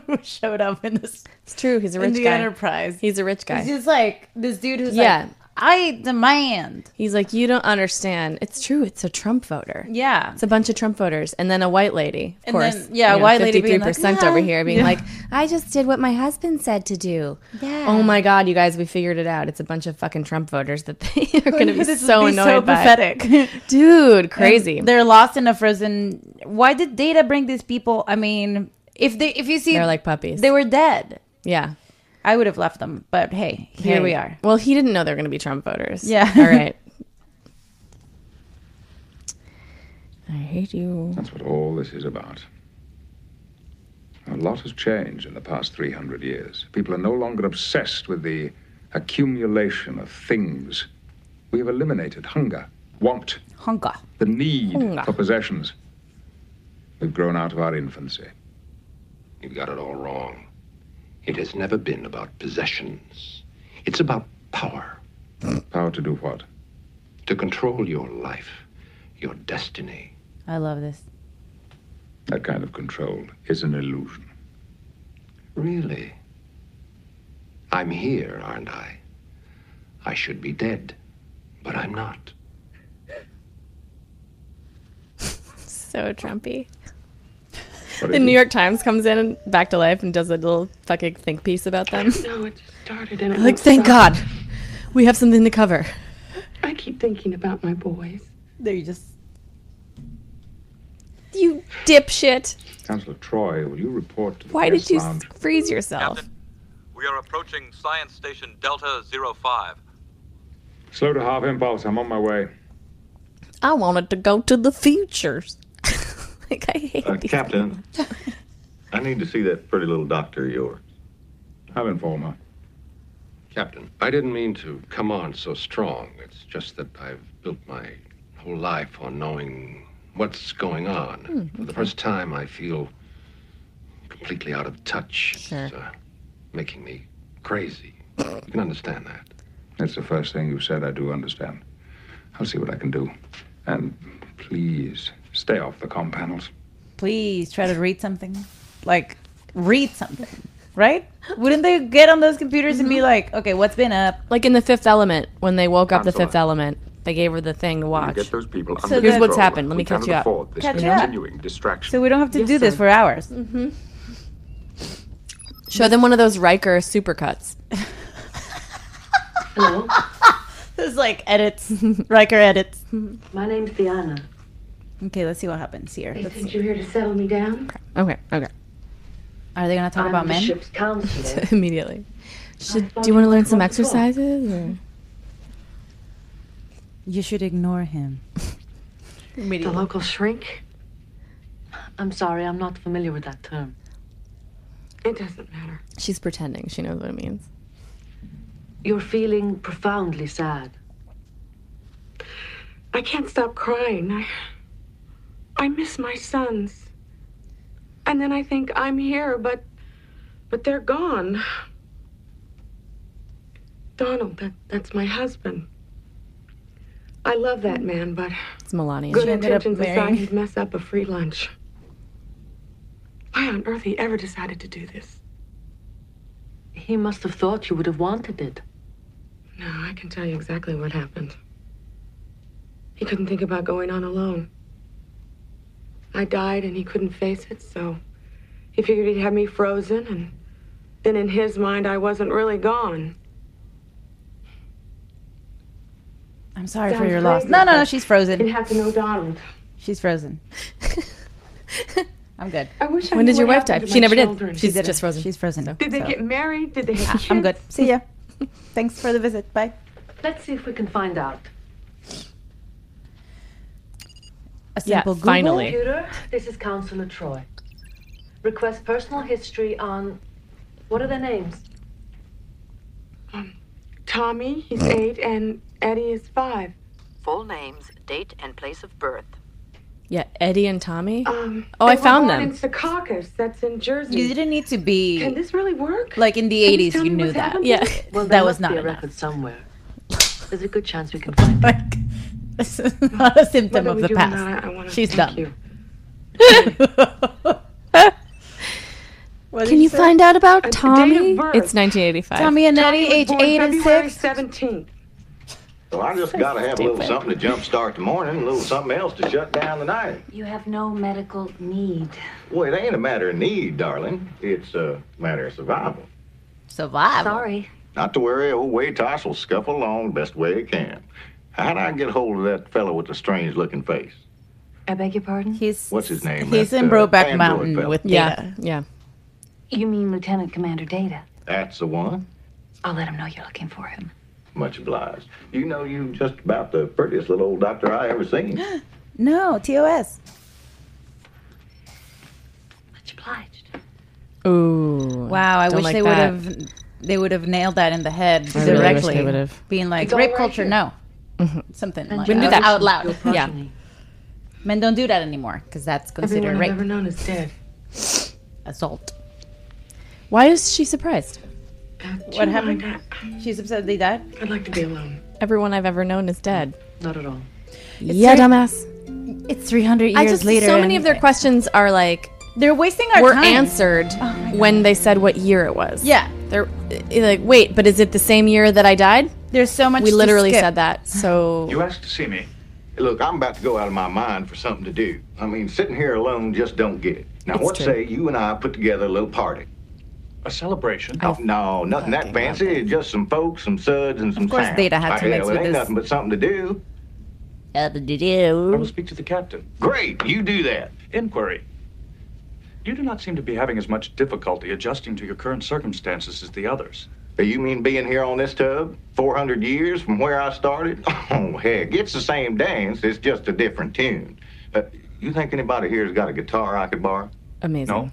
Speaker 1: who showed up in this?
Speaker 2: It's true. He's a
Speaker 1: in
Speaker 2: rich
Speaker 1: the
Speaker 2: guy.
Speaker 1: Enterprise.
Speaker 2: He's a rich guy.
Speaker 1: He's just like this dude who's
Speaker 2: Yeah.
Speaker 1: like, I demand.
Speaker 2: He's like, you don't understand. It's true. It's a Trump voter.
Speaker 1: Yeah.
Speaker 2: It's a bunch of Trump voters, and then a white lady, of
Speaker 1: And
Speaker 2: course.
Speaker 1: then- yeah, a white lady being
Speaker 2: Fifty-three
Speaker 1: like,
Speaker 2: percent over
Speaker 1: "Ah."
Speaker 2: here, being
Speaker 1: Yeah.
Speaker 2: like, I just did what my husband said to do.
Speaker 1: Yeah.
Speaker 2: Oh my God, you guys, we figured it out. It's a bunch of fucking Trump voters that they are going to be
Speaker 1: This would
Speaker 2: so
Speaker 1: be
Speaker 2: annoyed
Speaker 1: so
Speaker 2: by.
Speaker 1: pathetic.
Speaker 2: dude. Crazy.
Speaker 1: And they're lost in a frozen. Why did Data bring these people? I mean, if they if you see
Speaker 2: They're like puppies.
Speaker 1: They were dead.
Speaker 2: Yeah.
Speaker 1: I would have left them, but hey, here
Speaker 2: Hey.
Speaker 1: we are.
Speaker 2: Well, he didn't know they were going to be Trump voters.
Speaker 1: Yeah.
Speaker 2: All right. I hate you.
Speaker 13: That's what all this is about. A lot has changed in the past 300 years. People are no longer obsessed with the accumulation of things. We have eliminated hunger, want,
Speaker 1: Honka.
Speaker 13: the need
Speaker 1: Hunger.
Speaker 13: for possessions. We've grown out of our infancy.
Speaker 21: You've got it all wrong. It has never been about possessions. It's about power.
Speaker 13: Power to do what?
Speaker 21: To control your life, your destiny.
Speaker 1: I love this.
Speaker 13: That kind of control is an illusion.
Speaker 21: Really? I'm here, aren't I? I should be dead, but I'm not.
Speaker 2: So Trumpy.
Speaker 21: What
Speaker 2: The
Speaker 21: is
Speaker 2: New
Speaker 21: it?
Speaker 2: York Times comes in and back to life and does a little fucking think piece about them.
Speaker 16: No, it just started and it
Speaker 2: Like,
Speaker 16: won't
Speaker 2: thank
Speaker 16: stop.
Speaker 2: God, we have something to cover.
Speaker 16: I keep thinking about my boys.
Speaker 1: There you just.
Speaker 2: You dipshit.
Speaker 13: Councillor Troy, will you report to the
Speaker 2: Why did
Speaker 13: press
Speaker 2: you
Speaker 13: lounge?
Speaker 2: freeze yourself?
Speaker 3: We are approaching Science Station Delta 05.
Speaker 13: Slow to half impulse. I'm on my way.
Speaker 2: I wanted to go to the futures. like, I hate
Speaker 18: Uh, Captain, I need to see that pretty little doctor of yours.
Speaker 13: I'll inform her.
Speaker 21: Captain, I didn't mean to come on so strong. It's just that I've built my whole life on knowing what's going on. For the first time, I feel completely out of touch. It's uh, making me crazy. You can understand that.
Speaker 13: That's the first thing you said I do understand. I'll see what I can do. And please, stay off the comm panels.
Speaker 1: Please try to read something. Like, read something, right? Wouldn't they get on those computers and be
Speaker 2: Mm-hmm.
Speaker 1: like, okay, what's been up?
Speaker 2: Like in The Fifth Element, when they woke up The
Speaker 1: Consulate.
Speaker 2: Fifth Element, they gave her the thing to watch.
Speaker 1: get those
Speaker 21: people
Speaker 2: so here's what's happened. Let me catch you up.
Speaker 1: Catch up. So we don't have to do this for hours.
Speaker 2: Mm-hmm. Show them one of those Riker supercuts.
Speaker 19: Hello?
Speaker 1: There's like edits, Riker edits.
Speaker 19: My name's Diana.
Speaker 1: Okay, let's see what happens here.
Speaker 19: They
Speaker 1: Let's
Speaker 19: think
Speaker 1: see.
Speaker 19: you're here to settle me down?
Speaker 2: Okay, okay.
Speaker 1: Are they gonna talk
Speaker 19: I'm
Speaker 1: about
Speaker 19: the
Speaker 1: men?
Speaker 19: ship's counselor.
Speaker 2: Immediately. Should,
Speaker 19: thought
Speaker 2: do you want
Speaker 19: you
Speaker 2: to learn some
Speaker 19: were drunk.
Speaker 2: exercises? Or?
Speaker 1: You should ignore him.
Speaker 19: The local shrink? I'm sorry, I'm not familiar with that term.
Speaker 16: It doesn't matter.
Speaker 2: She's pretending. She knows what it means.
Speaker 19: You're feeling profoundly sad.
Speaker 16: I can't stop crying. I, I miss my sons. And then I think I'm here, but, but they're gone. Donald, that, that's my husband. I love that man, but
Speaker 2: It's Melania.
Speaker 16: good intentions aside, he'd mess up a free lunch. Why on earth he ever decided to do this?
Speaker 19: He must have thought you would have wanted it.
Speaker 16: No, I can tell you exactly what happened. He couldn't think about going on alone. I died and he couldn't face it, so he figured he'd have me frozen, and then in his mind, I wasn't really gone.
Speaker 1: I'm sorry for
Speaker 16: Sounds
Speaker 1: your loss.
Speaker 16: crazy,
Speaker 1: No, no,
Speaker 16: but
Speaker 1: no, she's frozen.
Speaker 16: You'd have to know Donald.
Speaker 1: She's frozen. I'm good.
Speaker 16: I wish I
Speaker 2: When
Speaker 16: knew
Speaker 2: did your
Speaker 16: what
Speaker 2: wife die?
Speaker 16: happened to
Speaker 2: She
Speaker 16: my
Speaker 2: never did.
Speaker 16: children.
Speaker 2: She's just frozen.
Speaker 1: She's frozen.
Speaker 16: Did they
Speaker 1: so. Ah,
Speaker 16: get married? Did they have
Speaker 1: I'm good.
Speaker 16: kids?
Speaker 1: See ya. Thanks for the visit. Bye.
Speaker 19: Let's see if we can find out.
Speaker 1: A simple Google.
Speaker 19: Computer, this is Counselor Troy. Request personal history on. What are their names?
Speaker 16: Tommy, he's eight, and Eddie is five.
Speaker 27: Full names, date, and place of birth.
Speaker 2: Yeah, Eddie and Tommy.
Speaker 16: Um,
Speaker 2: oh,
Speaker 16: they
Speaker 2: I
Speaker 16: were
Speaker 2: found
Speaker 16: born
Speaker 2: them.
Speaker 16: In Secaucus, that's in Jersey.
Speaker 1: You didn't need to be.
Speaker 16: Can this really work?
Speaker 1: Like in the
Speaker 16: Can you
Speaker 1: 80s,
Speaker 16: tell
Speaker 1: you
Speaker 16: me
Speaker 1: knew
Speaker 16: what's
Speaker 1: that.
Speaker 16: happened?
Speaker 1: Yeah.
Speaker 19: Well, there
Speaker 1: that was
Speaker 19: must
Speaker 1: not
Speaker 19: be a
Speaker 1: enough.
Speaker 19: record somewhere. There's a good chance we can find it.
Speaker 1: This is not a symptom
Speaker 19: Whether
Speaker 1: of
Speaker 19: we
Speaker 1: the
Speaker 19: do or
Speaker 1: past.
Speaker 19: not, I- I wanna
Speaker 1: She's
Speaker 19: thank
Speaker 1: done.
Speaker 19: you.
Speaker 2: Can you find out about
Speaker 16: Tommy?
Speaker 2: Tommy? It's 1985.
Speaker 1: Tommy and Eddie,
Speaker 16: He was
Speaker 1: age
Speaker 16: born
Speaker 1: eight and
Speaker 16: February
Speaker 1: six.
Speaker 16: 17th.
Speaker 18: Well, I just gotta have a little something to jumpstart the morning, a little something else to shut down the night.
Speaker 15: You have no medical need.
Speaker 18: Well, it ain't a matter of need, darling. It's a matter of survival.
Speaker 1: Survive.
Speaker 15: Sorry.
Speaker 18: Not to worry, old Waytosh will scuffle along the best way he can. How'd I get hold of that fellow with the strange looking face?
Speaker 15: I beg your pardon?
Speaker 1: He's
Speaker 18: What's his name?
Speaker 1: He's
Speaker 18: That,
Speaker 1: in
Speaker 18: uh,
Speaker 1: Brokeback
Speaker 18: android
Speaker 1: Mountain
Speaker 18: fella.
Speaker 1: with Data.
Speaker 2: Yeah.
Speaker 15: You mean Lieutenant Commander Data?
Speaker 18: That's the one.
Speaker 15: I'll let him know you're looking for him.
Speaker 18: Much obliged. You know, you just about the prettiest little old doctor I ever seen.
Speaker 1: No, TOS.
Speaker 15: Much obliged.
Speaker 2: Ooh.
Speaker 1: Wow, I
Speaker 2: Don't
Speaker 1: wish
Speaker 2: like
Speaker 1: they would
Speaker 2: that.
Speaker 1: have they would have nailed that in the head
Speaker 2: I
Speaker 1: directly.
Speaker 2: really wish they Mm-hmm. would've.
Speaker 1: Being like
Speaker 2: It's all
Speaker 1: rape
Speaker 2: right
Speaker 1: culture,
Speaker 2: here."
Speaker 1: no. Something like
Speaker 2: We knew
Speaker 1: out-
Speaker 2: that.
Speaker 1: out loud.
Speaker 2: Your progeny.
Speaker 1: Men don't do that anymore because that's considered
Speaker 16: Everyone I've
Speaker 1: rape.
Speaker 16: ever known is dead.
Speaker 1: Assault.
Speaker 2: Why is she surprised?
Speaker 16: Uh,
Speaker 1: What happened? She's upset they died?
Speaker 16: I'd like to be alone.
Speaker 2: Everyone I've ever known is dead.
Speaker 19: Not at all.
Speaker 2: yeah,
Speaker 1: very-
Speaker 2: dumbass.
Speaker 1: It's 300 years
Speaker 2: I just,
Speaker 1: later.
Speaker 2: So many of their questions are like
Speaker 1: they're wasting our
Speaker 2: were
Speaker 1: time. Oh
Speaker 2: answered when they said what year it was.
Speaker 1: Yeah.
Speaker 2: they're eh, like, wait, but is it the same year that I died?
Speaker 1: There's so much
Speaker 2: We
Speaker 1: to
Speaker 2: literally
Speaker 1: skip.
Speaker 2: said that. So
Speaker 18: You asked to see me. Look, I'm about to go out of my mind for something to do. I mean, sitting here alone just don't get it. Now,
Speaker 2: It's
Speaker 18: what
Speaker 2: true.
Speaker 18: say you and I put together a little party? A celebration? Oh, no, nothing that fancy. It's just some folks, some suds, and some
Speaker 1: Of course
Speaker 18: sounds.
Speaker 1: Data had
Speaker 18: Ah,
Speaker 1: to mix
Speaker 18: hell,
Speaker 1: with
Speaker 18: it ain't
Speaker 1: this.
Speaker 18: nothing but something to do.
Speaker 8: I will speak to the captain.
Speaker 18: Great, you do that.
Speaker 8: Inquiry. You do not seem to be having as much difficulty adjusting to your current circumstances as the others.
Speaker 18: You mean being here on this tub 400 years from where I started? Oh, heck, it's the same dance. It's just a different tune. Uh, you think anybody here's got a guitar I could borrow?
Speaker 2: amazing.
Speaker 8: No,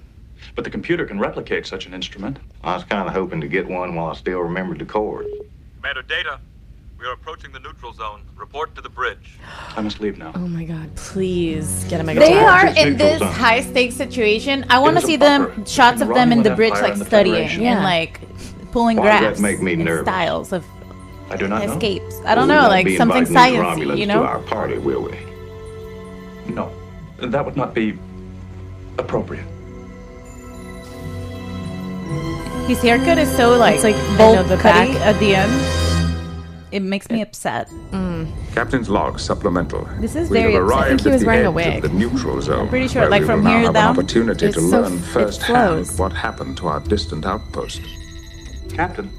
Speaker 8: but the computer can replicate such an instrument.
Speaker 18: I was kind of hoping to get one while I still remembered the chords.
Speaker 6: Commander Data, we are approaching the neutral zone. Report to the bridge.
Speaker 8: I must leave now.
Speaker 2: Oh my god, please get him a
Speaker 1: They
Speaker 2: guitar.
Speaker 1: are in this high stakes situation. I want to
Speaker 2: was a
Speaker 1: see them
Speaker 2: buffer
Speaker 1: shots of
Speaker 2: between
Speaker 1: them in
Speaker 2: Romulan
Speaker 1: the bridge,
Speaker 2: Empire
Speaker 1: like
Speaker 2: and the
Speaker 1: studying
Speaker 2: Federation.
Speaker 1: and
Speaker 2: Yeah.
Speaker 1: like pulling
Speaker 18: Why does that
Speaker 1: graphs
Speaker 18: make me
Speaker 1: and
Speaker 18: nervous?
Speaker 1: styles of
Speaker 8: I do not know.
Speaker 1: escapes. I don't know, like something sciencey, you know?
Speaker 18: party, will we?
Speaker 8: No, that would not be appropriate.
Speaker 1: His haircut is so like
Speaker 2: It's like, I know,
Speaker 1: bold
Speaker 2: the
Speaker 1: cutty
Speaker 2: back-
Speaker 1: at the end. It Mm. makes me upset.
Speaker 13: Captain's log supplemental.
Speaker 1: This is
Speaker 13: we
Speaker 1: very
Speaker 13: have
Speaker 1: upsetting.
Speaker 13: arrived
Speaker 1: I think he
Speaker 13: at
Speaker 1: was
Speaker 13: the
Speaker 1: wearing a
Speaker 13: edge of the neutral zone.
Speaker 1: pretty sure,
Speaker 13: where
Speaker 1: like,
Speaker 13: we
Speaker 1: from
Speaker 13: will now
Speaker 1: here
Speaker 13: have
Speaker 1: down,
Speaker 13: an opportunity
Speaker 1: it's
Speaker 13: to
Speaker 1: so-
Speaker 13: learn
Speaker 1: it
Speaker 13: firsthand
Speaker 1: flows.
Speaker 13: what happened to our distant outpost.
Speaker 8: Captain,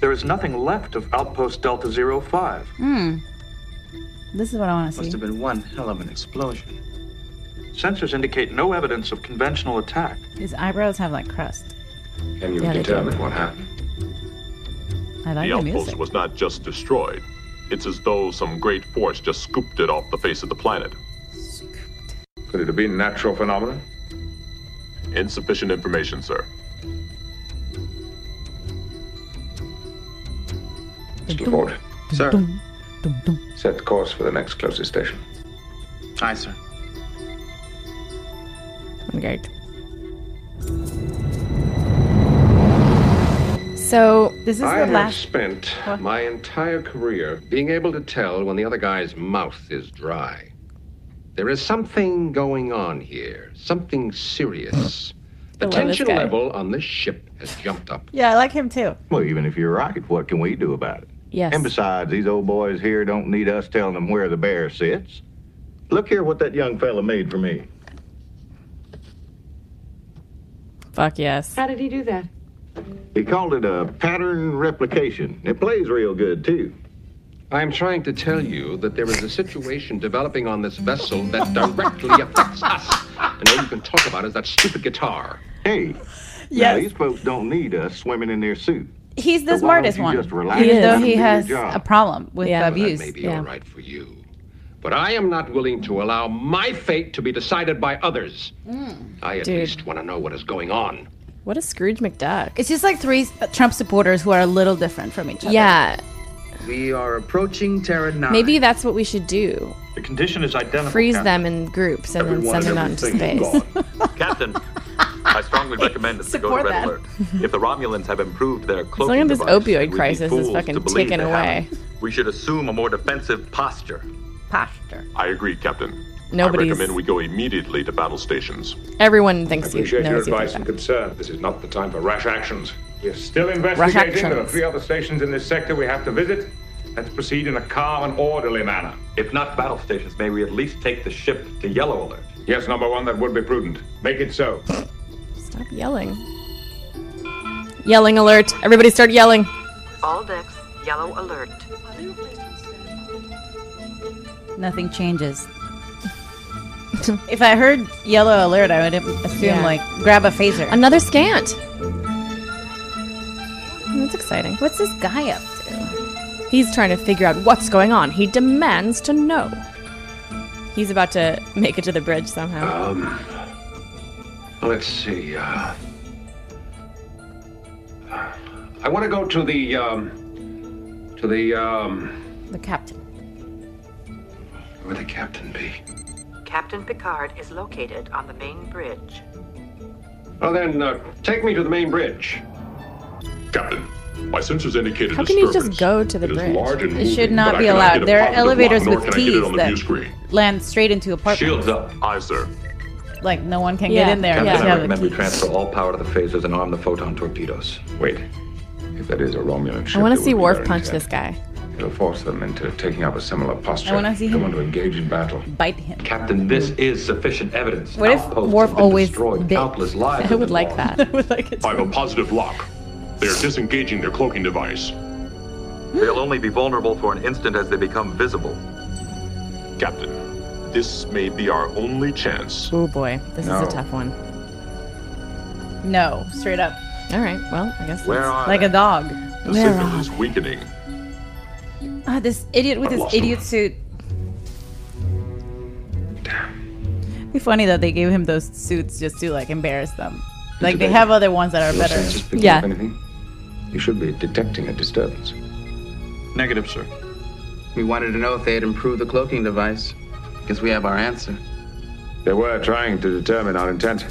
Speaker 8: there is nothing left of Outpost Delta Zero Five.
Speaker 1: Hmm. This is what I want to
Speaker 8: Must have
Speaker 1: see.
Speaker 8: been one hell of an explosion. Sensors indicate no evidence of conventional attack.
Speaker 1: His eyebrows have like crust.
Speaker 8: Can
Speaker 1: you Yeah, they do. determine
Speaker 8: what happened?
Speaker 1: I like
Speaker 4: the
Speaker 1: the,
Speaker 4: outpost
Speaker 1: music.
Speaker 4: was not just destroyed. It's as though some great force just scooped it off the face of the planet.
Speaker 13: Could it have been natural phenomena?
Speaker 4: Insufficient information, sir.
Speaker 13: Mr. Ford. Sir. Set course for the next closest station.
Speaker 28: Aye, sir.
Speaker 2: Okay. So
Speaker 1: this is
Speaker 21: I
Speaker 1: the
Speaker 21: have
Speaker 1: last.
Speaker 21: spent my entire career being able to tell when the other guy's mouth is dry. There is something going on here, something serious. The
Speaker 1: I love this
Speaker 21: tension
Speaker 1: guy.
Speaker 21: level on this ship has jumped up.
Speaker 1: Yeah, I like him too.
Speaker 18: Well, even if you're right, what can we do about it?
Speaker 1: Yes.
Speaker 18: And besides, these old boys here don't need us telling them where the bear sits. Look here what that young fella made for me.
Speaker 2: Fuck yes.
Speaker 16: How did he do that?
Speaker 18: He called it a pattern replication. It plays real good, too.
Speaker 21: I am trying to tell you that there is a situation developing on this vessel that directly affects us. And all you can talk about is that stupid guitar.
Speaker 18: Hey, now
Speaker 1: Yes.
Speaker 18: these folks don't need us swimming in their suit.
Speaker 1: He's the
Speaker 18: So why don't
Speaker 1: smartest
Speaker 18: you
Speaker 1: one.
Speaker 18: just relax
Speaker 1: even
Speaker 18: and
Speaker 1: though
Speaker 18: let
Speaker 1: he
Speaker 18: him do
Speaker 1: has
Speaker 18: his job?
Speaker 1: a problem with
Speaker 21: Well,
Speaker 1: abuse.
Speaker 21: That may be all right for you. But I am not willing to allow my fate to be decided by others.
Speaker 1: Mm.
Speaker 21: I at
Speaker 2: Dude.
Speaker 21: least want to know what is going on.
Speaker 2: What a Scrooge McDuck.
Speaker 1: It's just like three uh, Trump supporters who are a little different from each other.
Speaker 2: Yeah.
Speaker 28: We are approaching Terra 9.
Speaker 2: Maybe that's what we should do.
Speaker 8: The condition is identical.
Speaker 2: Freeze them in groups and then
Speaker 8: Everyone and
Speaker 2: send them out into
Speaker 8: everything
Speaker 2: space.
Speaker 6: Captain, I strongly recommend that we go to
Speaker 2: Support
Speaker 6: Red
Speaker 2: that.
Speaker 6: Alert. If the Romulans have improved their
Speaker 2: As long
Speaker 6: cloaking
Speaker 2: as this
Speaker 6: device, we'd
Speaker 2: opioid
Speaker 6: be
Speaker 2: crisis is
Speaker 6: fools to
Speaker 2: fucking
Speaker 6: believe
Speaker 2: ticking
Speaker 6: they
Speaker 2: away.
Speaker 6: haven't. We should assume a more defensive posture.
Speaker 1: Posture.
Speaker 4: I agree, Captain.
Speaker 2: Nobody's-
Speaker 4: I recommend we go immediately to battle stations.
Speaker 2: Everyone
Speaker 13: I
Speaker 2: thinks you
Speaker 13: appreciate your
Speaker 2: knows you
Speaker 13: advice and
Speaker 2: think that.
Speaker 13: concern. This is not the time for rash actions.
Speaker 29: We're still
Speaker 13: Rash
Speaker 29: investigating. There are
Speaker 13: actions.
Speaker 29: three other stations in this sector we have to visit.
Speaker 6: Let's proceed in a calm and orderly manner. If not battle stations, may we at least take the ship to yellow alert?
Speaker 29: Yes, number one, that would be prudent. Make it so.
Speaker 2: Stop yelling. Yelling alert. Everybody start yelling.
Speaker 27: All decks, yellow alert.
Speaker 1: Nothing changes. if I heard yellow alert, I would assume
Speaker 2: Yeah.
Speaker 1: like grab a phaser.
Speaker 2: Another scant. Hmm, That's exciting.
Speaker 1: What's this guy up to?
Speaker 2: He's trying to figure out what's going on. He demands to know. He's about to make it to the bridge somehow.
Speaker 21: Um, let's see. Uh, I want to go to the um, to the um,
Speaker 1: The captain.
Speaker 21: where the captain be.
Speaker 27: Captain Picard is located on the main bridge.
Speaker 5: Well, then, uh, take me to the main bridge. Captain, my sensors indicated
Speaker 2: How can you just go to the bridge?
Speaker 5: large and
Speaker 1: It should
Speaker 5: moving,
Speaker 1: not
Speaker 5: but
Speaker 1: be
Speaker 5: I cannot
Speaker 1: allowed.
Speaker 5: get a
Speaker 1: There are
Speaker 5: positive lock,
Speaker 1: elevators
Speaker 5: nor
Speaker 1: with
Speaker 5: can I get it
Speaker 1: keys
Speaker 5: on the view
Speaker 1: that
Speaker 5: screen.
Speaker 1: land straight into apartments.
Speaker 6: up.
Speaker 5: Aye, sir.
Speaker 1: Like no one can
Speaker 6: Yeah.
Speaker 1: get in there.
Speaker 6: Captain,
Speaker 1: unless you
Speaker 6: I
Speaker 1: have a
Speaker 6: recommend we
Speaker 1: key.
Speaker 6: transfer all power to the phasers and arm the photon torpedoes.
Speaker 13: Wait. If that is a Romulan
Speaker 2: I
Speaker 13: ship,
Speaker 2: want
Speaker 13: it
Speaker 2: to see
Speaker 13: would be
Speaker 2: Worf
Speaker 13: very
Speaker 2: punch
Speaker 13: intent.
Speaker 2: this guy.
Speaker 13: It'll force them into taking up a similar posture.
Speaker 1: I wanna see him
Speaker 13: They want to engage in battle.
Speaker 1: Bite him.
Speaker 6: Captain, this is sufficient evidence.
Speaker 1: What if
Speaker 6: Outposts
Speaker 1: Worf
Speaker 6: have been
Speaker 1: always
Speaker 6: destroyed.
Speaker 1: bit?
Speaker 6: Countless lives. have been lost.
Speaker 2: that.
Speaker 5: I have a positive lock. They are disengaging their cloaking device.
Speaker 3: They'll only be vulnerable for an instant as they become visible.
Speaker 5: Captain, this may be our only chance.
Speaker 2: Oh boy, this is
Speaker 5: No.
Speaker 2: a tough one.
Speaker 1: No, straight up.
Speaker 2: All right. Well, I guess
Speaker 5: Where
Speaker 2: that's-
Speaker 5: are
Speaker 1: Like a dog.
Speaker 5: The signal is weakening.
Speaker 1: Ah, this idiot with
Speaker 5: I
Speaker 1: his
Speaker 5: lost him.
Speaker 1: idiot suit. Be funny that they gave him those suits just to like embarrass them. Like they
Speaker 13: Did
Speaker 1: have other ones that are
Speaker 13: Your sensors
Speaker 1: better.
Speaker 13: picking up anything? You should be detecting a disturbance.
Speaker 8: Negative, sir.
Speaker 28: We wanted to know if they had improved the cloaking device. Guess we have our answer.
Speaker 13: They were trying to determine our intent.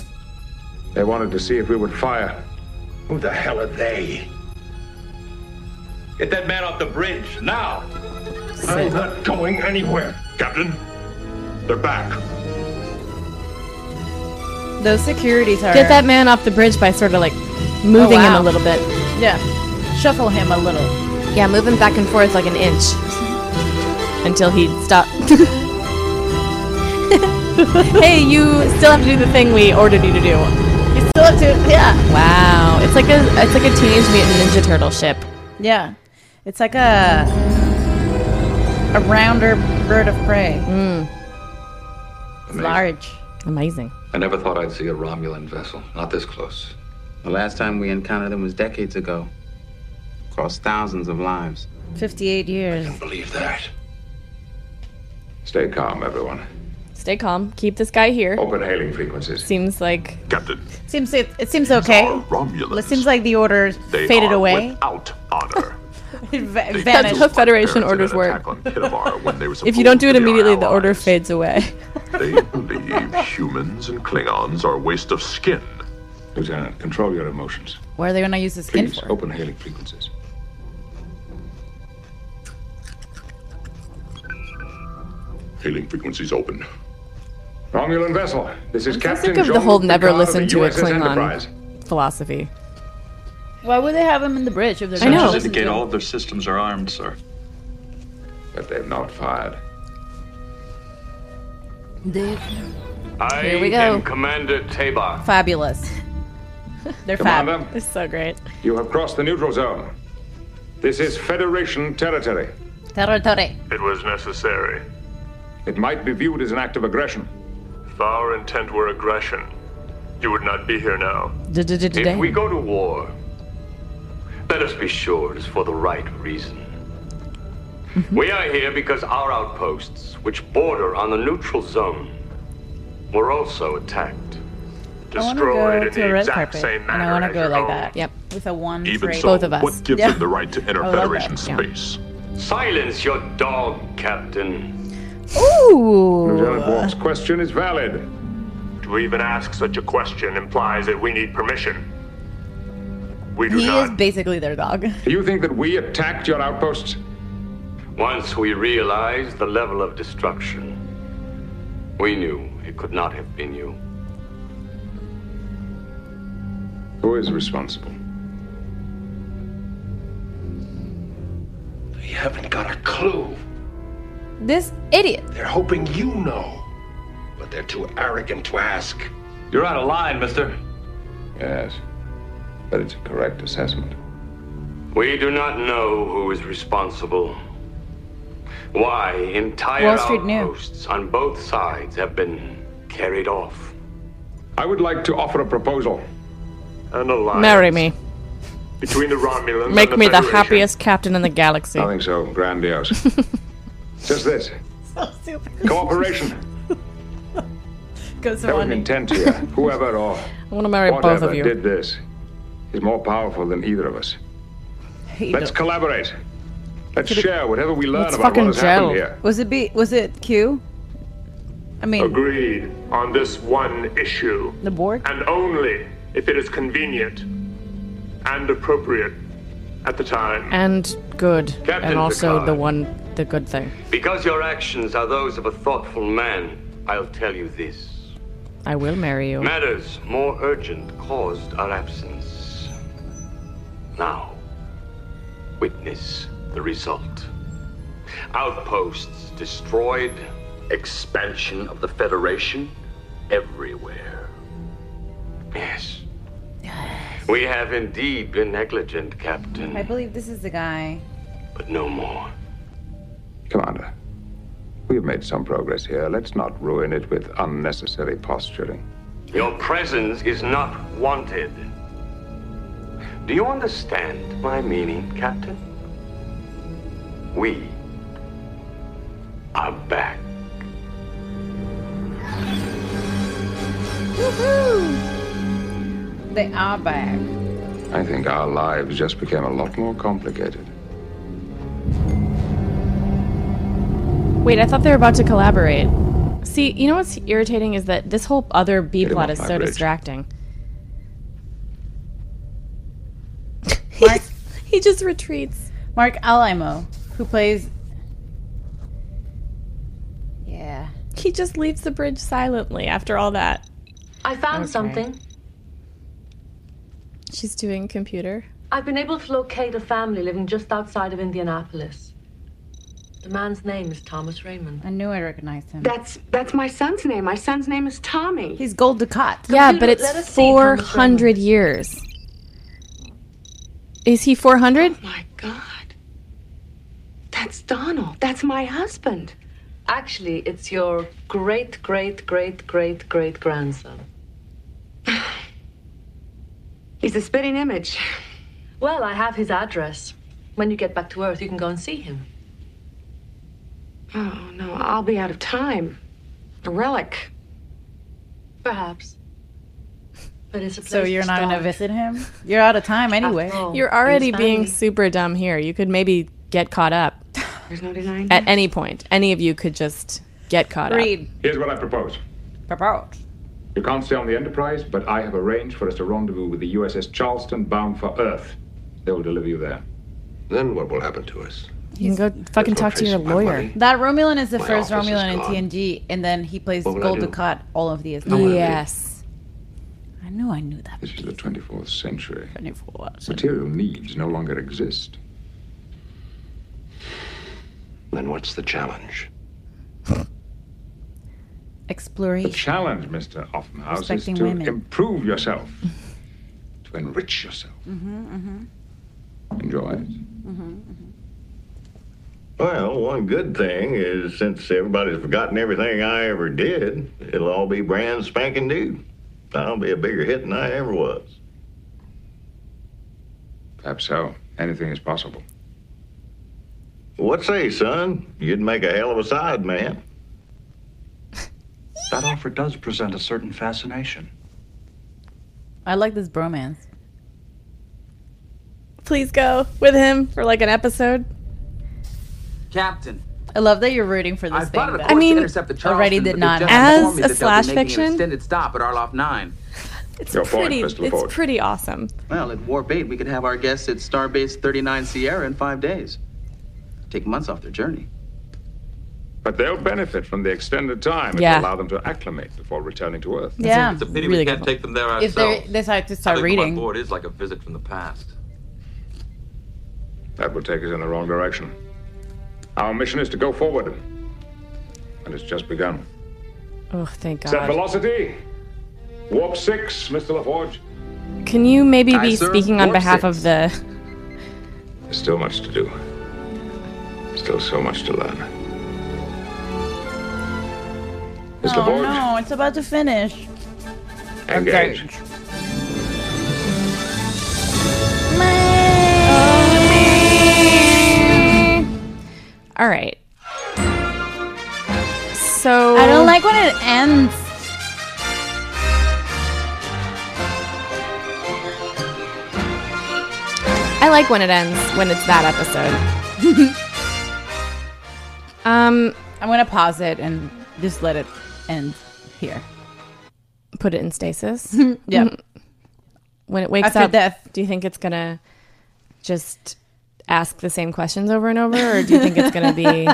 Speaker 13: They wanted to see if we would fire.
Speaker 5: Who the hell are they?
Speaker 6: Get that man off the bridge now.
Speaker 5: I'm not going anywhere. Captain, they're back.
Speaker 1: Those securities are.
Speaker 2: Get that man off the bridge by sort of like moving
Speaker 1: Oh, wow.
Speaker 2: him a little bit.
Speaker 1: Yeah. Shuffle him a little.
Speaker 2: Yeah, move him back and forth like an inch until he stop. hey, you still have to do the thing we ordered you to do.
Speaker 1: You still have to. Yeah.
Speaker 2: Ah, Wow, it's like a it's like a teenage mutant ninja turtle ship.
Speaker 1: Yeah. It's like a a rounder bird of prey. It's large.
Speaker 2: Amazing.
Speaker 6: I never thought I'd see a Romulan vessel. Not this close.
Speaker 28: The last time we encountered them was decades ago. Cost thousands of lives.
Speaker 1: 58 years.
Speaker 28: Believe that.
Speaker 13: Stay calm, everyone.
Speaker 2: Stay calm. Keep this guy here.
Speaker 13: Open hailing frequencies.
Speaker 2: Seems like
Speaker 5: Captain,
Speaker 1: Seems it, it seems okay. It seems like the order
Speaker 5: they
Speaker 1: faded
Speaker 5: are
Speaker 1: away.
Speaker 5: without honor.
Speaker 1: It va-
Speaker 5: They
Speaker 2: that's
Speaker 1: vanished.
Speaker 2: how Federation orders work. If you don't do it immediately, the order fades away.
Speaker 5: They believe humans and Klingons are a waste of skin.
Speaker 13: Lieutenant, control your emotions.
Speaker 1: What are they gonna use the skin
Speaker 13: Please,
Speaker 1: for?
Speaker 13: open hailing frequencies.
Speaker 5: Hailing frequencies open.
Speaker 13: Romulan vessel. This is
Speaker 2: I'm
Speaker 13: Captain
Speaker 2: sick of the
Speaker 13: Jean
Speaker 2: whole never
Speaker 13: Picard of
Speaker 2: listen
Speaker 13: the
Speaker 2: to a
Speaker 13: USS
Speaker 2: Klingon
Speaker 13: Enterprise.
Speaker 2: philosophy.
Speaker 1: Why would they have him in the bridge if they're
Speaker 8: Sensors
Speaker 1: gonna listen to
Speaker 8: indicate
Speaker 1: him?
Speaker 8: all of their systems are armed, sir.
Speaker 13: But they've not fired.
Speaker 30: I
Speaker 1: Here we go.
Speaker 30: am Commander Tabor.
Speaker 1: Fabulous. They're
Speaker 13: Commander.
Speaker 1: fab. It's
Speaker 2: so great.
Speaker 13: You have crossed the neutral zone. This is Federation territory.
Speaker 1: Territory.
Speaker 30: It was necessary.
Speaker 13: It might be viewed as an act of aggression.
Speaker 30: If our intent were aggression, you would not be here now. If we go to war, let us be sure it is for the right reason. we are here because our outposts, which border on the neutral zone, were also attacked,
Speaker 1: I wanna go
Speaker 30: destroyed in
Speaker 1: to a
Speaker 30: the
Speaker 1: red
Speaker 30: exact
Speaker 1: carpet,
Speaker 30: same
Speaker 1: and
Speaker 30: manner.
Speaker 1: I wanna
Speaker 30: as
Speaker 1: go
Speaker 30: your
Speaker 1: like
Speaker 30: own.
Speaker 1: that. Yep. With a one
Speaker 30: Even
Speaker 1: straight.
Speaker 30: so, Both of us. what gives
Speaker 1: Yeah.
Speaker 30: them the right to enter
Speaker 1: I love that.
Speaker 30: Federation
Speaker 1: Yeah.
Speaker 30: space? Silence your dog, Captain.
Speaker 13: Lieutenant Worf's question is valid.
Speaker 30: To even ask such a question implies that we need permission. We do
Speaker 1: He
Speaker 30: not.
Speaker 1: is basically their dog.
Speaker 13: Do you think that we attacked your outposts?
Speaker 30: Once we realized the level of destruction, we knew it could not have been you.
Speaker 13: Who is responsible?
Speaker 30: The haven't got a clue.
Speaker 2: This idiot.
Speaker 30: They're hoping you know. But they're too arrogant to ask.
Speaker 6: You're out of line, mister.
Speaker 13: Yes. But it's a correct assessment.
Speaker 30: We do not know who is responsible. Why entire
Speaker 1: Wall Street knew.
Speaker 30: outposts on both sides have been carried off.
Speaker 13: I would like to offer a proposal.
Speaker 30: An alliance
Speaker 2: Marry me.
Speaker 30: between the Romulans
Speaker 2: Make
Speaker 30: and
Speaker 2: me the
Speaker 30: Federation.
Speaker 2: happiest captain in the galaxy.
Speaker 13: I think so. Grandiose. Just this. Cooperation.
Speaker 1: Goes
Speaker 13: There was an intent here. Whoever or
Speaker 2: I want to marry both
Speaker 13: whatever
Speaker 2: of you.
Speaker 13: did this is more powerful than either of us. Let's collaborate. Let's share whatever we learn
Speaker 1: Let's
Speaker 13: about what
Speaker 1: fucking
Speaker 13: has
Speaker 1: gel.
Speaker 13: happened here.
Speaker 1: Was it B? Was it Q? I mean,
Speaker 30: Agreed on this one issue.
Speaker 1: the Borg.
Speaker 30: And only if it is convenient and appropriate at the time.
Speaker 2: And good.
Speaker 30: Captain
Speaker 2: and also the
Speaker 30: Picard.
Speaker 2: one, the good thing.
Speaker 30: Because your actions are those of a thoughtful man, I'll tell you this.
Speaker 2: I will marry you.
Speaker 30: Matters more urgent caused our absence. Now, witness the result. Outposts destroyed, expansion of the Federation everywhere. Yes. We have indeed been negligent, Captain,
Speaker 1: I believe this is the guy.
Speaker 30: but no more.
Speaker 13: Commander, we have made some progress here. Let's not ruin it with unnecessary posturing.
Speaker 30: Your presence is not wanted. Do you understand my meaning, Captain? We are back.
Speaker 1: They are back.
Speaker 13: I think our lives just became a lot more complicated.
Speaker 2: Wait, I thought they were about to collaborate. See, you know what's irritating is that this whole other B
Speaker 13: Get him
Speaker 2: plot
Speaker 13: off
Speaker 2: is
Speaker 13: my
Speaker 2: so
Speaker 13: bridge.
Speaker 2: distracting. He just retreats.
Speaker 1: Mark Alamo, who plays. Yeah.
Speaker 2: He just leaves the bridge silently after all that.
Speaker 19: I found something.
Speaker 2: She's doing computer.
Speaker 19: I've been able to locate a family living just outside of Indianapolis. The man's name is Thomas Raymond.
Speaker 1: I knew I recognized him.
Speaker 16: That's that's my son's name. My son's name is Tommy.
Speaker 1: He's Gold Ducat.
Speaker 2: Yeah,
Speaker 16: Computer,
Speaker 2: but
Speaker 16: let us
Speaker 2: it's
Speaker 16: see
Speaker 2: four
Speaker 16: Thomas
Speaker 2: hundred years. Is he four hundred?
Speaker 16: My God. That's Donald. That's my husband.
Speaker 19: Actually, it's your great, great, great, great, great grandson.
Speaker 16: He's a spitting image.
Speaker 19: Well, I have his address. When you get back to Earth, you can go and see him.
Speaker 16: Oh no, I'll be out of time. A relic.
Speaker 19: Perhaps. But it's a place
Speaker 1: So you're
Speaker 19: to
Speaker 1: not gonna
Speaker 19: start.
Speaker 1: visit him? You're out of time anyway.
Speaker 2: You're already being super dumb here. You could maybe get caught up.
Speaker 16: There's no denying.
Speaker 2: At any point, any of you could just get caught
Speaker 1: Read.
Speaker 13: Here's what I propose.
Speaker 1: About.
Speaker 13: You can't stay on the Enterprise, but I have arranged for us to rendezvous with the USS Charleston bound for Earth. They will deliver you there. Then what will happen to us?
Speaker 2: up. You can go fucking talk to your lawyer.
Speaker 1: That Romulan is the
Speaker 2: My
Speaker 1: first
Speaker 2: office is
Speaker 1: Romulan in
Speaker 2: gone.
Speaker 1: TNG, and then he plays
Speaker 13: What will I
Speaker 1: Gold
Speaker 13: do?
Speaker 1: Ducat all of the
Speaker 13: will I do?
Speaker 2: Yes.
Speaker 1: I knew I knew that.
Speaker 13: This is the 24th century.
Speaker 1: 24th
Speaker 13: Material needs no longer exist.
Speaker 21: Then what's the challenge?
Speaker 13: The
Speaker 1: Exploration.
Speaker 13: challenge, Mr. Offenhouse,
Speaker 1: Respecting
Speaker 13: is to
Speaker 1: women.
Speaker 13: improve yourself, to enrich yourself.
Speaker 1: Mm-hmm, mm-hmm,
Speaker 13: Enjoy it.
Speaker 1: mm-hmm.
Speaker 18: Well, one good thing is since everybody's forgotten everything I ever did, it'll all be brand spanking new. I'll be a bigger hit than I ever was.
Speaker 13: Perhaps so. Anything is possible.
Speaker 18: What say, son? You'd make a hell of a side man.
Speaker 8: That offer does present a certain fascination.
Speaker 1: I like this bromance.
Speaker 2: Please go with him for like an episode.
Speaker 1: Captain. I love that you're rooting for this
Speaker 28: I
Speaker 1: thing.
Speaker 28: thought, of
Speaker 1: though.
Speaker 28: course, to intercept the Charleston,
Speaker 1: already did
Speaker 28: but
Speaker 1: not.
Speaker 28: They just
Speaker 1: happen.
Speaker 28: informed me that
Speaker 2: As
Speaker 28: they'll
Speaker 2: a
Speaker 28: be
Speaker 2: slash
Speaker 28: making an
Speaker 2: fiction?
Speaker 28: extended stop at Arloff Nine.
Speaker 2: It's
Speaker 28: Your point,
Speaker 2: pretty.
Speaker 28: Mr. LaForge.
Speaker 2: it's pretty awesome.
Speaker 28: Well, at Warp Eight, we could have our guests at Starbase Thirty Nine Sierra in five days. Take months off their journey.
Speaker 13: But they'll benefit from the extended time. It
Speaker 2: Yeah.
Speaker 13: will allow them to acclimate before returning to Earth.
Speaker 1: Yeah.
Speaker 13: It's
Speaker 1: It's
Speaker 13: a
Speaker 1: a
Speaker 13: pity
Speaker 1: Really
Speaker 13: we can't
Speaker 6: Take them there
Speaker 1: If
Speaker 6: ourselves.
Speaker 1: they decide to start
Speaker 6: Having them
Speaker 1: reading.
Speaker 6: on board is like a visit from the past.
Speaker 13: That will take us in the wrong direction. Our mission is to go forward. And it's just begun.
Speaker 2: Oh, thank
Speaker 13: Set
Speaker 2: God.
Speaker 13: velocity. Warp six, Mr. LaForge.
Speaker 2: Can you maybe
Speaker 13: Aye,
Speaker 2: be
Speaker 13: sir.
Speaker 2: speaking on
Speaker 13: Warp
Speaker 2: behalf
Speaker 13: six.
Speaker 2: of the?
Speaker 7: There's still much to do. Still so much to learn. Miss
Speaker 9: Oh
Speaker 7: LaForge,
Speaker 9: no, it's about to finish.
Speaker 7: engage.
Speaker 2: All right. So
Speaker 1: I don't like when it ends.
Speaker 2: I like when it ends when it's that episode. um,
Speaker 1: I'm gonna pause it and just let it end here.
Speaker 2: Put it in stasis.
Speaker 1: Yep.
Speaker 2: When it wakes
Speaker 1: After
Speaker 2: up,
Speaker 1: death.
Speaker 2: do you think it's gonna just ask the same questions over and over, or do you think it's gonna be?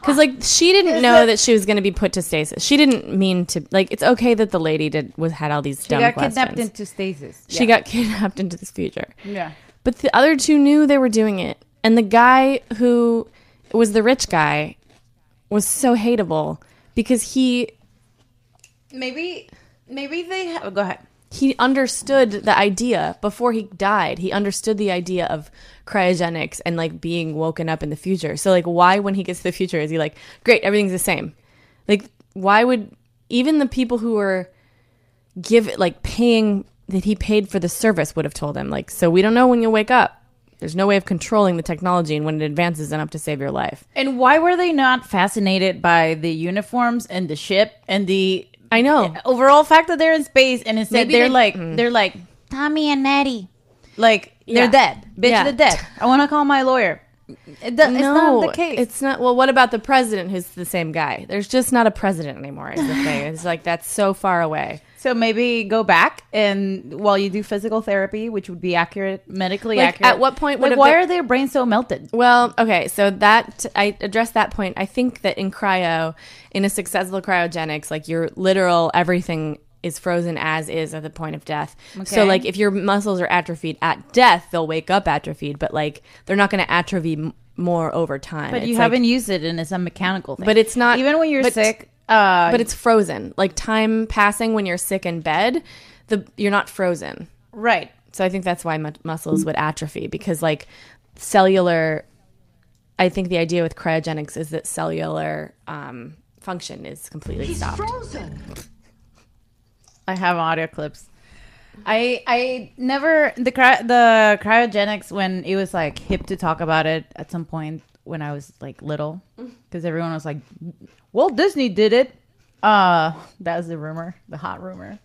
Speaker 2: Because like she didn't know that she was gonna be put to stasis. She didn't mean to. Like it's okay that the lady did was had all these
Speaker 1: She
Speaker 2: dumb
Speaker 1: got
Speaker 2: questions.
Speaker 1: kidnapped into stasis.
Speaker 2: She
Speaker 1: Yeah.
Speaker 2: got kidnapped into this future.
Speaker 1: Yeah.
Speaker 2: But the other two knew they were doing it. And the guy who was the rich guy was so hateable because he
Speaker 1: Maybe, maybe they ha- oh, go ahead.
Speaker 2: he understood the idea before he died. He understood the idea of cryogenics and like being woken up in the future. So like why when he gets to the future is he like, "Great, everything's the same." Like why would even the people who were give like paying that he paid for the service would have told him like, "So we don't know when you'll wake up. There's no way of controlling the technology and when it advances enough to save your life."
Speaker 1: And why were they not fascinated by the uniforms and the ship and the
Speaker 2: I know
Speaker 1: overall fact that they're in space and instead
Speaker 9: Maybe
Speaker 1: they're
Speaker 9: they-
Speaker 1: like
Speaker 9: Mm.
Speaker 1: they're like Tommy and Nettie, like they're
Speaker 2: Yeah.
Speaker 1: dead, bitch,
Speaker 2: Yeah.
Speaker 1: they're dead. I want to call my lawyer. It do- it's not the case.
Speaker 2: It's not. Well, what about the president who's the same guy? There's just not a president anymore, is the thing. It's like that's so far away.
Speaker 1: So maybe go back and while you do physical therapy, which would be accurate, medically
Speaker 2: Like,
Speaker 1: accurate.
Speaker 2: at what point
Speaker 1: Like,
Speaker 2: would have
Speaker 1: why
Speaker 2: the-
Speaker 1: are their brains so melted?
Speaker 2: Well, okay, so that I addressed that point. I think that in cryo, in a successful cryogenics, like your literal everything is frozen as is at the point of death. So
Speaker 1: Okay.
Speaker 2: like if your muscles are atrophied at death, they'll wake up atrophied, but like they're not going to atrophy m- more over time.
Speaker 1: But
Speaker 2: It's
Speaker 1: you
Speaker 2: like-
Speaker 1: haven't used it, and it's a mechanical thing.
Speaker 2: But it's not
Speaker 1: even when you're
Speaker 2: but-
Speaker 1: sick. Uh,
Speaker 2: but it's frozen. Like time passing when you're sick in bed, the you're not frozen.
Speaker 1: Right.
Speaker 2: So I think that's why mu- muscles would atrophy because like cellular. I think the idea with cryogenics is that cellular um, function is completely stopped.
Speaker 1: frozen. I have audio clips. I I never the cry, the cryogenics when it was like hip to talk about it at some point when I was like little because everyone was like Walt Disney did it. Uh that was the rumor, the hot rumor.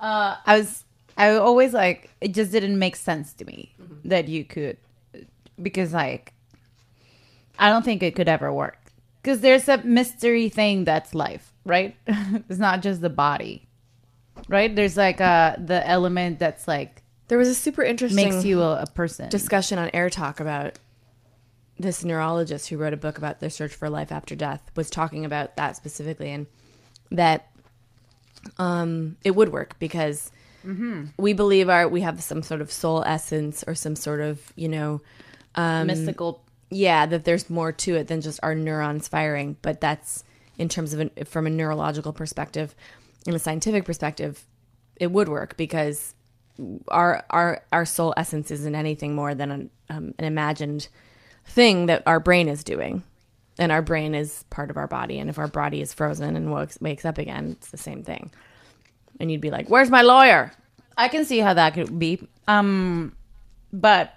Speaker 1: Uh I was I always like it just didn't make sense to me that you could because like I don't think it could ever work because there's a mystery thing that's life, right? it's not just the body, right? There's like uh the element that's like
Speaker 2: there was a super interesting
Speaker 1: makes you a, a person.
Speaker 2: discussion on Air Talk about this neurologist who wrote a book about the search for life after death was talking about that specifically and that um, it would work because
Speaker 1: Mhm.
Speaker 2: we believe our we have some sort of soul essence or some sort of you know um,
Speaker 1: Mystical-
Speaker 2: yeah that there's more to it than just our neurons firing but that's in terms of an, from a neurological perspective and a scientific perspective it would work because our our our soul essence isn't anything more than an, um, an imagined thing that our brain is doing and our brain is part of our body and if our body is frozen and wakes, wakes up again it's the same thing and you'd be like where's my lawyer
Speaker 1: I can see how that could be. Um, but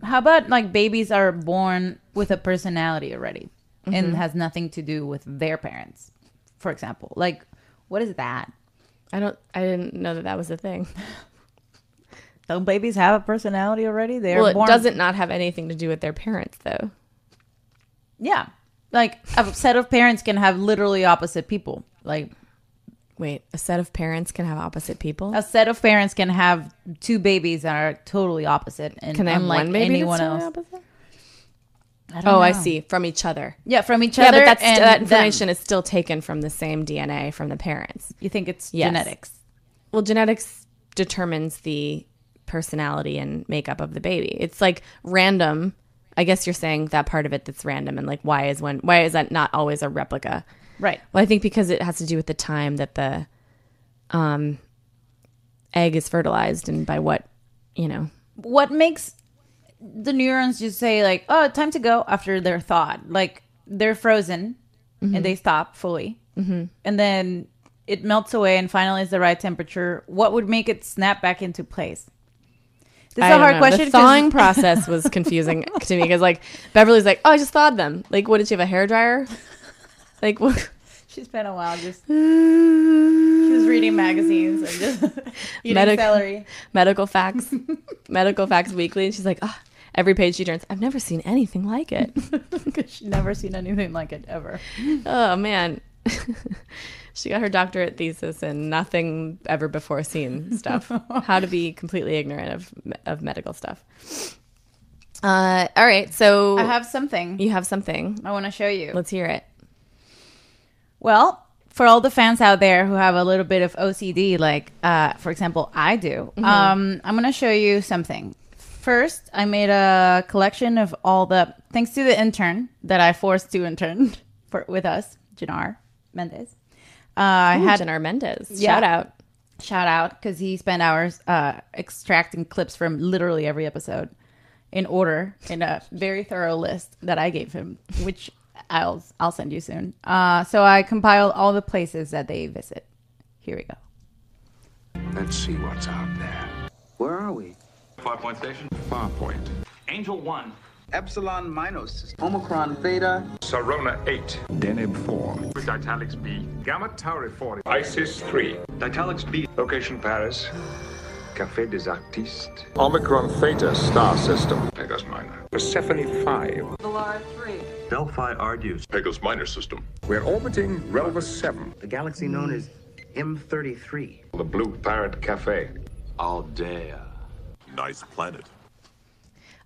Speaker 1: how about like babies are born with a personality already
Speaker 2: Mhm.
Speaker 1: and has nothing to do with their parents, for example? Like, what is that?
Speaker 2: I don't. I didn't know that that was a thing.
Speaker 1: Don't babies have a personality already? They're
Speaker 2: well, it
Speaker 1: born.
Speaker 2: doesn't not have anything to do with their parents though.
Speaker 1: Yeah. Like a set of parents can have literally opposite people. Like
Speaker 2: wait, a set of parents can have opposite people?
Speaker 1: A set of parents can have two babies that are totally opposite and
Speaker 2: Can they have
Speaker 1: unlike
Speaker 2: one baby that's
Speaker 1: anyone
Speaker 2: totally
Speaker 1: else. I don't
Speaker 2: oh, I
Speaker 1: know.
Speaker 2: see. From each other.
Speaker 1: Yeah, from each
Speaker 2: Yeah,
Speaker 1: other
Speaker 2: but that's,
Speaker 1: and
Speaker 2: that
Speaker 1: them.
Speaker 2: information is still taken from the same DNA from the parents.
Speaker 1: You think it's
Speaker 2: Yes.
Speaker 1: genetics?
Speaker 2: Well, genetics determines the personality and makeup of the baby. It's like random. I guess you're saying that part of it that's random and like why is when why is that not always a replica?
Speaker 1: Right.
Speaker 2: Well, I think because it has to do with the time that the um egg is fertilized and by what, you know.
Speaker 1: what makes the neurons just say like oh time to go after they're thawed like they're frozen
Speaker 2: Mhm.
Speaker 1: and they stop fully
Speaker 2: Mhm.
Speaker 1: and then it melts away and finally is the right temperature what would make it snap back into place this
Speaker 2: I
Speaker 1: is a
Speaker 2: don't
Speaker 1: hard
Speaker 2: know.
Speaker 1: question 'cause-
Speaker 2: The thawing process was confusing to me because like Beverly's like, "Oh, I just thawed them." Like, what did you have a hair dryer? Like, what?
Speaker 1: she spent a while just she was reading magazines and just eating
Speaker 2: Medic-
Speaker 1: celery
Speaker 2: Medical facts, medical facts weekly. And she's like, ah, every page she turns, I've never seen anything like it.
Speaker 1: 'Cause she'd never seen anything like it ever
Speaker 2: oh man, she got her doctorate thesis in nothing ever before seen stuff. How to be completely ignorant of of medical stuff. Uh, all right, so
Speaker 1: I have something.
Speaker 2: You have something.
Speaker 1: I want to show you.
Speaker 2: Let's hear it.
Speaker 1: Well, for all the fans out there who have a little bit of OCD, like uh, for example, I do,
Speaker 2: Mhm.
Speaker 1: um, I'm going to show you something. First, I made a collection of all the thanks to the intern that I forced to intern for with us, Janar Mendez. Uh, I
Speaker 2: Ooh,
Speaker 1: had
Speaker 2: Janar Mendez. Shout out.
Speaker 1: shout out, because he spent hours uh, extracting clips from literally every episode in order in a very thorough list that I gave him, which I'll I'll send you soon. Uh, so I compiled all the places that they visit. Here we go.
Speaker 7: Let's see what's out there.
Speaker 28: Where are we?
Speaker 6: Far Point Station?
Speaker 7: Far point.
Speaker 6: Angel 1.
Speaker 28: Epsilon Minos. Omicron Theta.
Speaker 7: Sorona 8. Deneb 4. Ditalix B. Gamma Tauri 40. Isis 3. Ditalix B. Location Paris. Café des Artistes. Omicron Theta Star System. Pegasus Minor. Persephone 5.
Speaker 28: Velar 3.
Speaker 7: Delphi Arduce.
Speaker 5: Pegasus Minor System.
Speaker 7: We're orbiting Relva 7. The galaxy known as
Speaker 28: M33.
Speaker 7: the Blue Parrot Cafe.
Speaker 6: Aldea.
Speaker 5: Nice planet.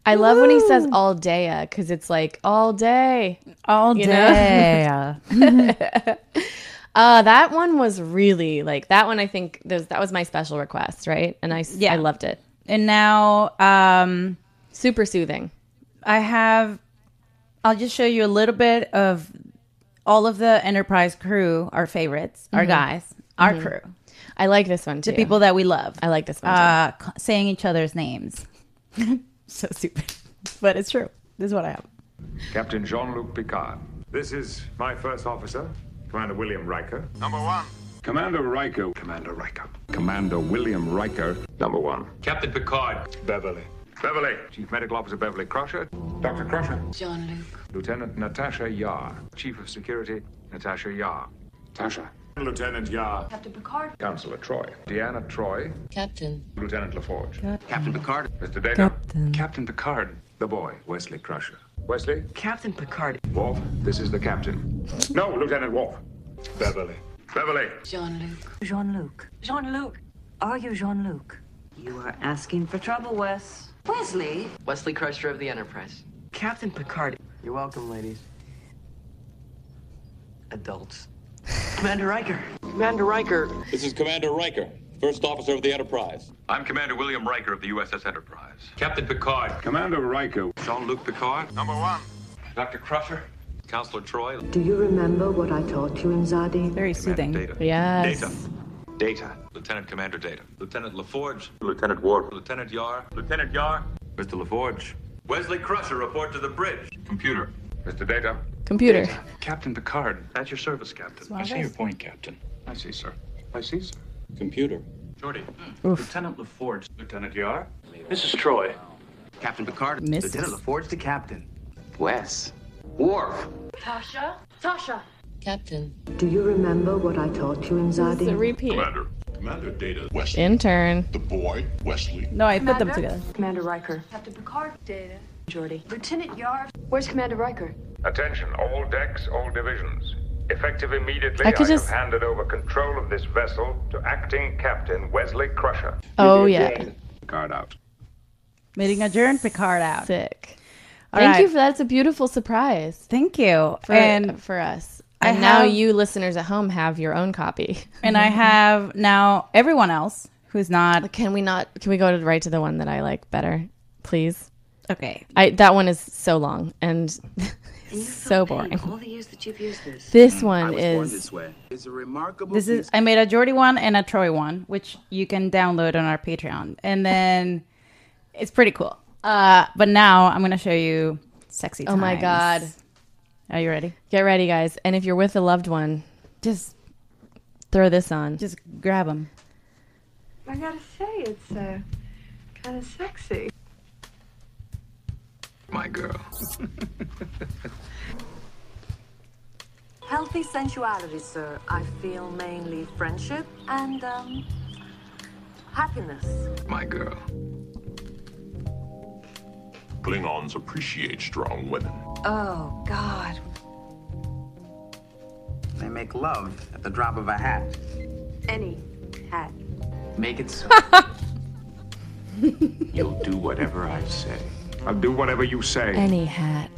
Speaker 2: I love when he says all day because it's like all day,
Speaker 1: all
Speaker 2: uh, that one was really like that one. I think that was, that was my special request, right? And I s- I loved it.
Speaker 1: And now, um,
Speaker 2: super soothing.
Speaker 1: I have. I'll just show you a little bit of all of the Enterprise crew, our favorites, our
Speaker 2: Mhm.
Speaker 1: guys, our
Speaker 2: Mhm.
Speaker 1: crew.
Speaker 2: I like this one too.
Speaker 1: The people that we love.
Speaker 2: I like this one. Too.
Speaker 1: uh, c- saying each other's names. so stupid, but it's true. This is what I have.
Speaker 13: Captain Jean Luc Picard. This is my first officer, Commander William Riker. Number one. Commander Riker. Commander Riker. Commander William Riker. Number one.
Speaker 6: Captain Picard.
Speaker 13: Beverly. Beverly. Chief Medical Officer Beverly Crusher. Dr. Crusher.
Speaker 9: John Luke.
Speaker 13: Lieutenant Natasha Yar. Chief of Security, Natasha Yar. Tasha. Lieutenant Yar.
Speaker 9: Captain Picard.
Speaker 13: Counselor Troy. Deanna Troy.
Speaker 9: Captain.
Speaker 13: Lieutenant LaForge.
Speaker 9: Captain
Speaker 13: Picard. Mr. Data. Captain. Captain Picard. The boy, Wesley Crusher. Wesley? Captain Picard. Wolf, this is the captain. No, Lieutenant Wolf. Beverly. Beverly.
Speaker 15: Jean Luc. Jean Luc. Jean Luc. Are you Jean Luc? You are asking for trouble, Wes. Wesley?
Speaker 31: Wesley Crusher of the Enterprise. Captain Picard. You're welcome, ladies. Adults. Commander Riker. Commander Riker.
Speaker 6: This is Commander Riker, First Officer of the Enterprise. I'm Commander William Riker of the USS Enterprise. Captain Picard.
Speaker 13: Commander Riker.
Speaker 6: Jean Luc Picard. Number one. Dr. Crusher. Counselor Troy.
Speaker 19: Do you remember what I taught you in Zadi?
Speaker 1: Very
Speaker 6: soothing. Data.
Speaker 2: Yes.
Speaker 6: Data. Data. Lieutenant Commander Data. Lieutenant LaForge. Lieutenant Warp. Lieutenant Yar. Lieutenant Yar. Mr. LaForge. Wesley Crusher, report to the bridge. Computer.
Speaker 13: Mr. Data.
Speaker 2: Computer.
Speaker 8: uh, Captain Picard, at your service, Captain.
Speaker 2: Suave.
Speaker 8: I see your point, Captain. I see, sir. I see, sir.
Speaker 6: Computer.
Speaker 8: Jordy.
Speaker 6: Oof.
Speaker 8: Lieutenant LaForge. Lieutenant Yar.
Speaker 31: This is Troy.
Speaker 28: Captain Picard.
Speaker 31: Mrs.
Speaker 28: Lieutenant LaForge, the captain. Wes. Worf.
Speaker 19: Tasha? Tasha! Captain. Do you remember what I taught you in Zadi?
Speaker 2: This is a repeat.
Speaker 5: Commander. Commander Data. West.
Speaker 2: Intern.
Speaker 5: The boy, Wesley.
Speaker 1: No, I
Speaker 5: put them
Speaker 1: together.
Speaker 9: Commander Riker. Captain Picard. Data. Jordy. Lieutenant Yar. Where's Commander Riker?
Speaker 13: Attention, all decks, all divisions. Effective immediately,
Speaker 2: I
Speaker 13: I,
Speaker 2: could just-
Speaker 13: have handed over control of this vessel to acting captain Wesley Crusher.
Speaker 2: Oh, yeah.
Speaker 13: Guard out.
Speaker 1: Meeting adjourned. Picard out.
Speaker 2: Sick.
Speaker 1: All
Speaker 2: Thank
Speaker 1: right.
Speaker 2: you for that's a beautiful surprise.
Speaker 1: Thank you.
Speaker 2: for,
Speaker 1: And-
Speaker 2: for us.
Speaker 1: I
Speaker 2: And now
Speaker 1: have-
Speaker 2: you listeners at home have your own copy.
Speaker 1: And I have now everyone else who's not.
Speaker 2: Can we not? Can we go to, right to the one that I like better, please?
Speaker 1: Okay.
Speaker 2: I that one is so long and so boring.
Speaker 32: All the years that you've used this.
Speaker 2: This one
Speaker 32: I was born
Speaker 2: is-
Speaker 32: this way. It's a remarkable.
Speaker 1: This is I made a Jordy one and a Troy one, which you can download on our Patreon, and then it's pretty cool. Uh, but now I'm gonna show you sexy.
Speaker 2: Oh my God.
Speaker 1: Times. Are you ready?
Speaker 2: Get ready, guys. And if you're with a loved one,
Speaker 1: just
Speaker 2: throw this on.
Speaker 1: Just grab them.
Speaker 15: I gotta say, it's uh, kind of sexy.
Speaker 6: My girl.
Speaker 15: Healthy sensuality, sir. I feel mainly friendship and um, happiness.
Speaker 6: My girl.
Speaker 5: Klingons appreciate strong women.
Speaker 32: Oh God. They make love at the drop of a hat.
Speaker 15: Any hat.
Speaker 32: Make it so.
Speaker 13: You'll do whatever I say. I'll do whatever you say.
Speaker 2: Any hat.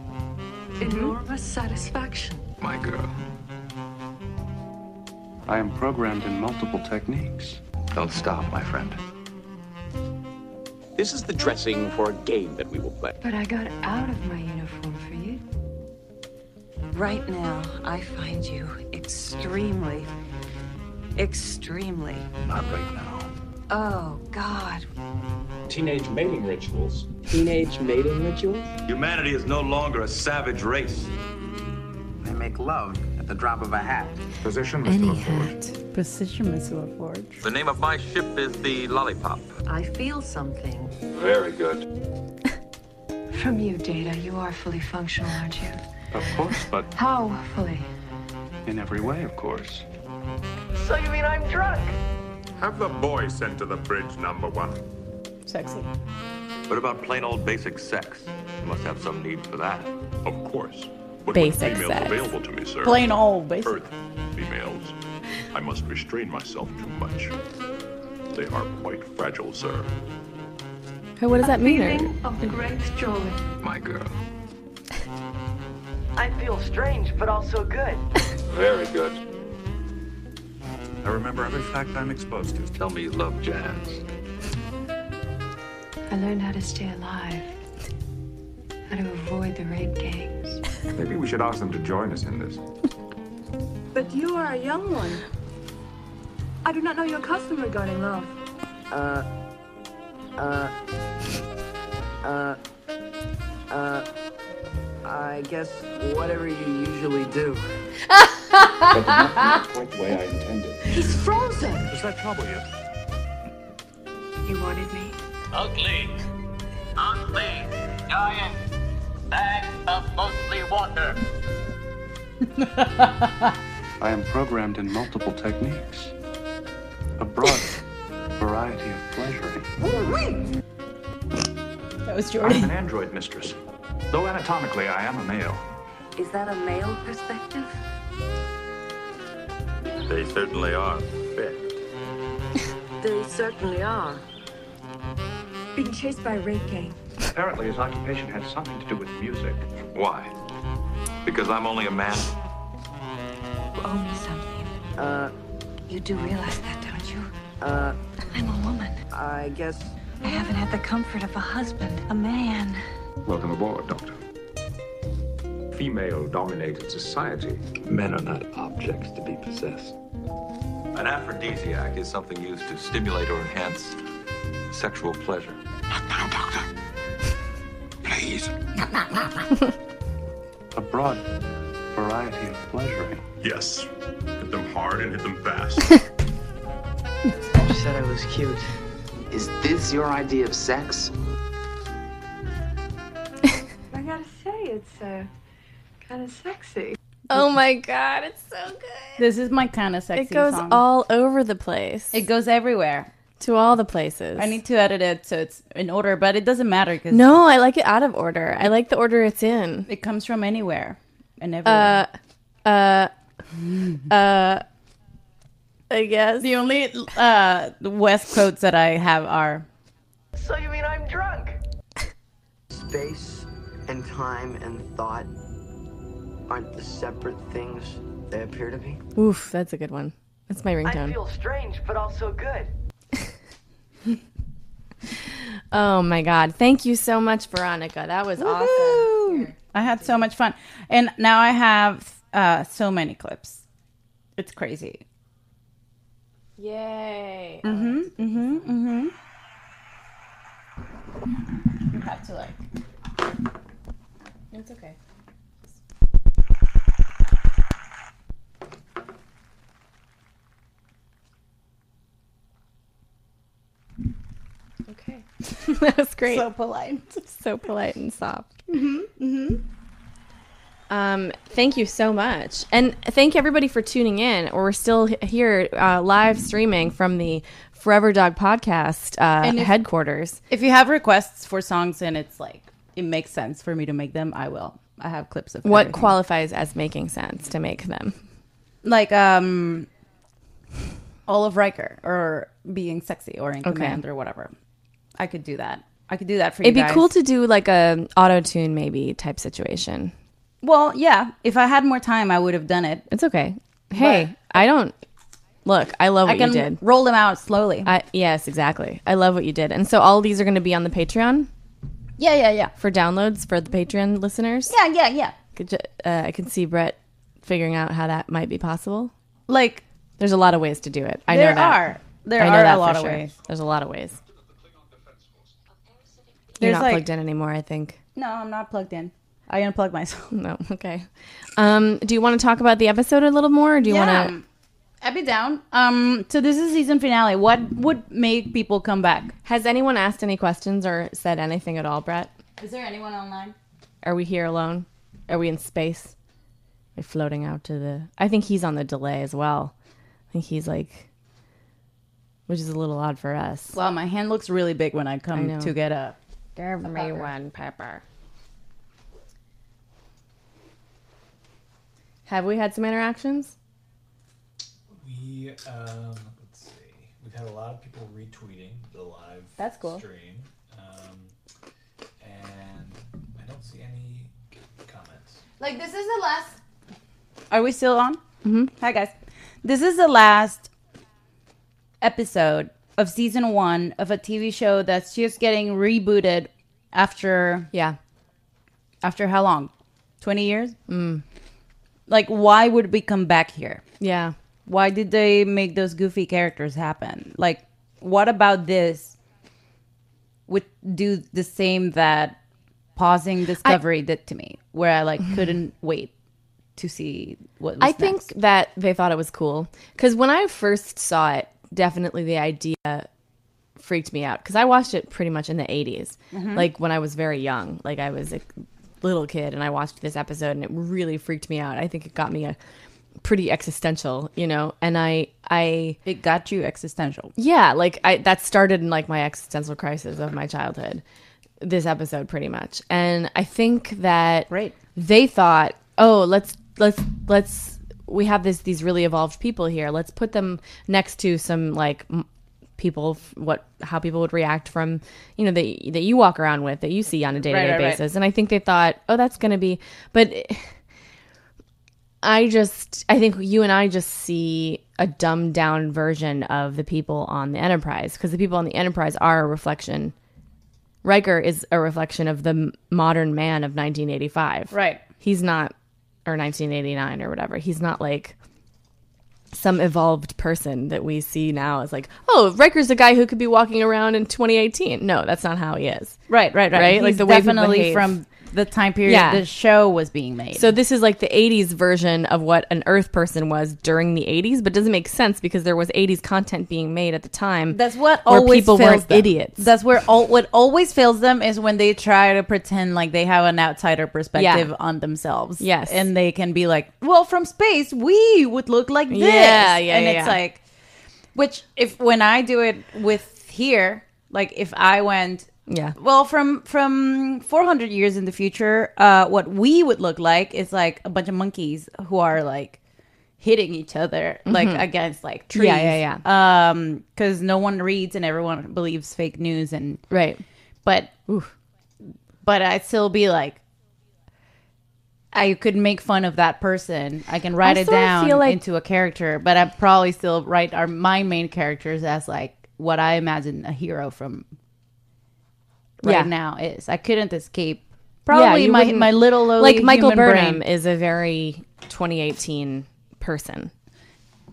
Speaker 15: Mm-hmm. Enormous satisfaction.
Speaker 6: My girl.
Speaker 8: I am programmed in multiple techniques. Don't stop, my friend.
Speaker 33: This is the dressing for a game that we will play.
Speaker 15: But I got out of my uniform for you. Right now, I find you extremely, extremely.
Speaker 8: Not right now.
Speaker 15: Oh, God.
Speaker 8: Teenage mating rituals.
Speaker 6: Teenage mating rituals? Humanity is no longer a savage race.
Speaker 32: They make love at the drop of a hat.
Speaker 6: Position
Speaker 1: Any hat. Precision missile forge.
Speaker 34: The name of my ship is the Lollipop.
Speaker 15: I feel something.
Speaker 34: Very good.
Speaker 15: From you, Data, you are fully functional, aren't you?
Speaker 8: Of course, but
Speaker 15: How fully?
Speaker 8: in every way, of course.
Speaker 15: So you mean I'm drunk?
Speaker 5: Have the boy sent to the bridge, number one.
Speaker 1: Sexy.
Speaker 6: What about plain old basic sex? You must have some need for that. Of course.
Speaker 5: But
Speaker 1: Basic
Speaker 5: with females
Speaker 1: sex.
Speaker 5: available to me, sir.
Speaker 1: Plain old basic.
Speaker 5: Earth females. I must restrain myself too much. They are quite fragile, sir.
Speaker 2: Hey, what does that mean?
Speaker 15: Feeling of great joy.
Speaker 6: My girl.
Speaker 16: I feel strange, but also good.
Speaker 6: Very good. I remember every fact I'm exposed to. Tell me you love jazz.
Speaker 15: I learned how to stay alive, how to avoid the rape gang.
Speaker 8: Maybe we should ask them to join us in this.
Speaker 15: But you are a young one. I do not know your custom regarding love.
Speaker 16: Uh. Uh. Uh. Uh. I guess whatever you usually do.
Speaker 8: But not in the quite way I intended.
Speaker 15: He's frozen!
Speaker 8: Does that trouble you?
Speaker 15: You wanted me?
Speaker 8: Ugly.
Speaker 35: Ugly, giant bag of mostly water.
Speaker 8: I am programmed in multiple techniques. A broad variety of pleasuring.
Speaker 1: That was
Speaker 36: I'm an android mistress. Though anatomically I am a male.
Speaker 15: Is that a male perspective?
Speaker 6: They certainly are.
Speaker 15: They certainly are. Being chased by a rape gang.
Speaker 36: Apparently his occupation had something to do with music.
Speaker 6: Why? Because I'm only a man?
Speaker 15: You owe me something.
Speaker 16: Uh.
Speaker 15: You do realize that, don't you?
Speaker 16: Uh.
Speaker 15: I'm a woman.
Speaker 16: I guess.
Speaker 15: I haven't had the comfort of a husband, a man.
Speaker 8: Welcome aboard, Doctor. Female dominated society.
Speaker 37: Men are not objects to be possessed.
Speaker 6: An aphrodisiac is something used to stimulate or enhance sexual pleasure.
Speaker 8: Please. A broad variety of pleasuring.
Speaker 5: Yes. Hit them hard and hit them fast.
Speaker 16: You said I was cute.
Speaker 32: Is this your idea of sex?
Speaker 15: I gotta say, it's uh, kind of sexy.
Speaker 2: Oh my god, it's so good.
Speaker 1: This is my kind of sexy.
Speaker 2: It goes
Speaker 1: song.
Speaker 2: all over the place.
Speaker 1: It goes everywhere.
Speaker 2: To all the places.
Speaker 1: I need to edit it so it's in order, but it doesn't matter because
Speaker 2: No, I like it out of order. I like the order it's in.
Speaker 1: It comes from anywhere and
Speaker 2: Uh,
Speaker 1: everywhere.
Speaker 2: uh, uh, I guess
Speaker 1: the only uh West quotes that I have are
Speaker 16: So you mean I'm drunk? Space and time and thought aren't the separate things they appear to be.
Speaker 2: Oof, that's a good one. That's my
Speaker 16: I
Speaker 2: ringtone.
Speaker 16: feel strange, but also good.
Speaker 2: Oh my God. Thank you so much, Veronica. That was
Speaker 1: awesome. I had so much fun. And now I have uh, so many clips. It's crazy.
Speaker 2: Yay.
Speaker 1: Mm-hmm. Mm-hmm.
Speaker 2: Uh,
Speaker 1: Mm-hmm. You have to like.
Speaker 2: It's okay. Okay. that was great.
Speaker 1: So polite.
Speaker 2: so polite and soft.
Speaker 1: Mm-hmm. Mm-hmm.
Speaker 2: Um, thank you so much. And thank everybody for tuning in. We're still h- here uh, live streaming from the Forever Dog Podcast uh,
Speaker 1: And if-
Speaker 2: headquarters.
Speaker 1: If you have requests for songs and it's like it makes sense for me to make them, I will. I have clips of
Speaker 2: What
Speaker 1: everything.
Speaker 2: qualifies as making sense to make them?
Speaker 1: like um Olive Riker or being sexy or in command or whatever. I could do that. I could do that for
Speaker 2: It'd
Speaker 1: you
Speaker 2: be
Speaker 1: guys.
Speaker 2: cool to do like a auto tune maybe type situation.
Speaker 1: Well, yeah. If I had more time, I would have done it.
Speaker 2: It's okay. Hey, I don't look. I love
Speaker 1: I
Speaker 2: what
Speaker 1: can
Speaker 2: you did.
Speaker 1: roll them out slowly.
Speaker 2: I, yes, exactly. I love what you did. And so all these are going to be on the Patreon
Speaker 1: Yeah, yeah, yeah.
Speaker 2: for downloads for the Patreon listeners.
Speaker 1: Yeah, yeah, yeah.
Speaker 2: Could ju- uh, I can see Brett figuring out how that might be possible.
Speaker 1: Like,
Speaker 2: there's a lot of ways to do it. I
Speaker 1: there
Speaker 2: know that.
Speaker 1: are. There
Speaker 2: I know
Speaker 1: are a
Speaker 2: that for
Speaker 1: lot of
Speaker 2: sure.
Speaker 1: ways.
Speaker 2: There's a lot of ways. You're
Speaker 1: There's
Speaker 2: not
Speaker 1: like-
Speaker 2: plugged in anymore. I think.
Speaker 1: No, I'm not plugged in. I unplugged myself.
Speaker 2: No. Oh, Okay. Um, do you want to talk about the episode a little more? Or do you
Speaker 1: Yeah.
Speaker 2: want to?
Speaker 1: I'd be down. Um, so this is season finale. What would make people come back?
Speaker 2: Has anyone asked any questions or said anything at all, Brett?
Speaker 1: Is there anyone online?
Speaker 2: Are we here alone? Are we in space? We're floating out to the. I think he's on the delay as well. I think he's like, which is a little odd for us.
Speaker 1: Wow, my hand looks really big when I come
Speaker 2: know.
Speaker 1: to get up.
Speaker 2: Give me one pepper. Have we had some interactions?
Speaker 27: We um, let's see. We've had a lot of people retweeting the live
Speaker 2: That's cool.
Speaker 27: stream, um, and I don't see any comments.
Speaker 1: Like this is the last. Are we still on? Mm-hmm. Hi guys. This is the last episode of season one of a TV show that's just getting rebooted after
Speaker 2: yeah
Speaker 1: after how long? Twenty years.
Speaker 2: Mm.
Speaker 1: Like, why would we come back here?
Speaker 2: Yeah.
Speaker 1: Why did they make those goofy characters happen? Like, what about this would do the same that pausing Discovery did to me, where I like couldn't wait to see what was
Speaker 2: I think that they thought it was cool because when I first saw it, definitely the idea freaked me out because I watched it pretty much in the 80s,
Speaker 1: Mhm.
Speaker 2: like when I was very young, like I was a little kid and I watched this episode and it really freaked me out. I think it got me a pretty existential, you know, and I, I,
Speaker 1: it got you existential.
Speaker 2: Yeah. Like I, that started in like my existential crisis of my childhood, this episode pretty much. And I think that
Speaker 1: right.
Speaker 2: they thought, oh, let's, let's, let's, we have this, these really evolved people here. Let's put them next to some like m- people, f- what, how people would react from, you know, that, that you walk around with, that you see on a day to day
Speaker 1: Right, right, right.
Speaker 2: basis. And I think they thought, oh, that's going to be, but I just, I think you and I just see a dumbed down version of the people on the Enterprise because the people on the Enterprise are a reflection. Riker is a reflection of the m- modern man of 1985.
Speaker 1: Right.
Speaker 2: He's not, or 1989 or whatever. He's not like some evolved person that we see now as like, oh, Riker's a guy who could be walking around in 2018. No, that's not how he is.
Speaker 1: Right, right, right.
Speaker 2: Like
Speaker 1: He's
Speaker 2: the way people
Speaker 1: definitely
Speaker 2: behave.
Speaker 1: from the time period
Speaker 2: Yeah.
Speaker 1: the show was being made.
Speaker 2: So this is like the 80s version of what an earth person was during the 80s, but doesn't make sense because there was 80s content being made at the time.
Speaker 1: That's what
Speaker 2: where
Speaker 1: always
Speaker 2: people
Speaker 1: fails
Speaker 2: weren't
Speaker 1: them.
Speaker 2: idiots.
Speaker 1: That's where all, what always fails them is when they try to pretend like they have an outsider perspective
Speaker 2: Yeah.
Speaker 1: on themselves.
Speaker 2: Yes.
Speaker 1: and they can be like, "Well, from space, we would look like this."
Speaker 2: Yeah, yeah,
Speaker 1: And
Speaker 2: yeah,
Speaker 1: it's
Speaker 2: yeah.
Speaker 1: like, which if when I do it with here, like if I went.
Speaker 2: Yeah.
Speaker 1: Well, from from 400 years in the future, uh, what we would look like is like a bunch of monkeys who are like hitting each other, like
Speaker 2: Mhm.
Speaker 1: against like trees.
Speaker 2: Yeah, yeah,
Speaker 1: yeah. Um, because no one reads and everyone believes fake news and
Speaker 2: right.
Speaker 1: But but I'd still be like, I could make fun of that person. I can write
Speaker 2: I
Speaker 1: it
Speaker 2: sort of
Speaker 1: down
Speaker 2: feel like-
Speaker 1: into a character, but I probably still write our my main characters as like what I imagine a hero from right
Speaker 2: Yeah.
Speaker 1: now is. I couldn't escape. Probably
Speaker 2: Yeah, you
Speaker 1: my
Speaker 2: wouldn't-
Speaker 1: my little lowly
Speaker 2: like Michael
Speaker 1: human
Speaker 2: Burnham
Speaker 1: brain.
Speaker 2: is a very 2018 person.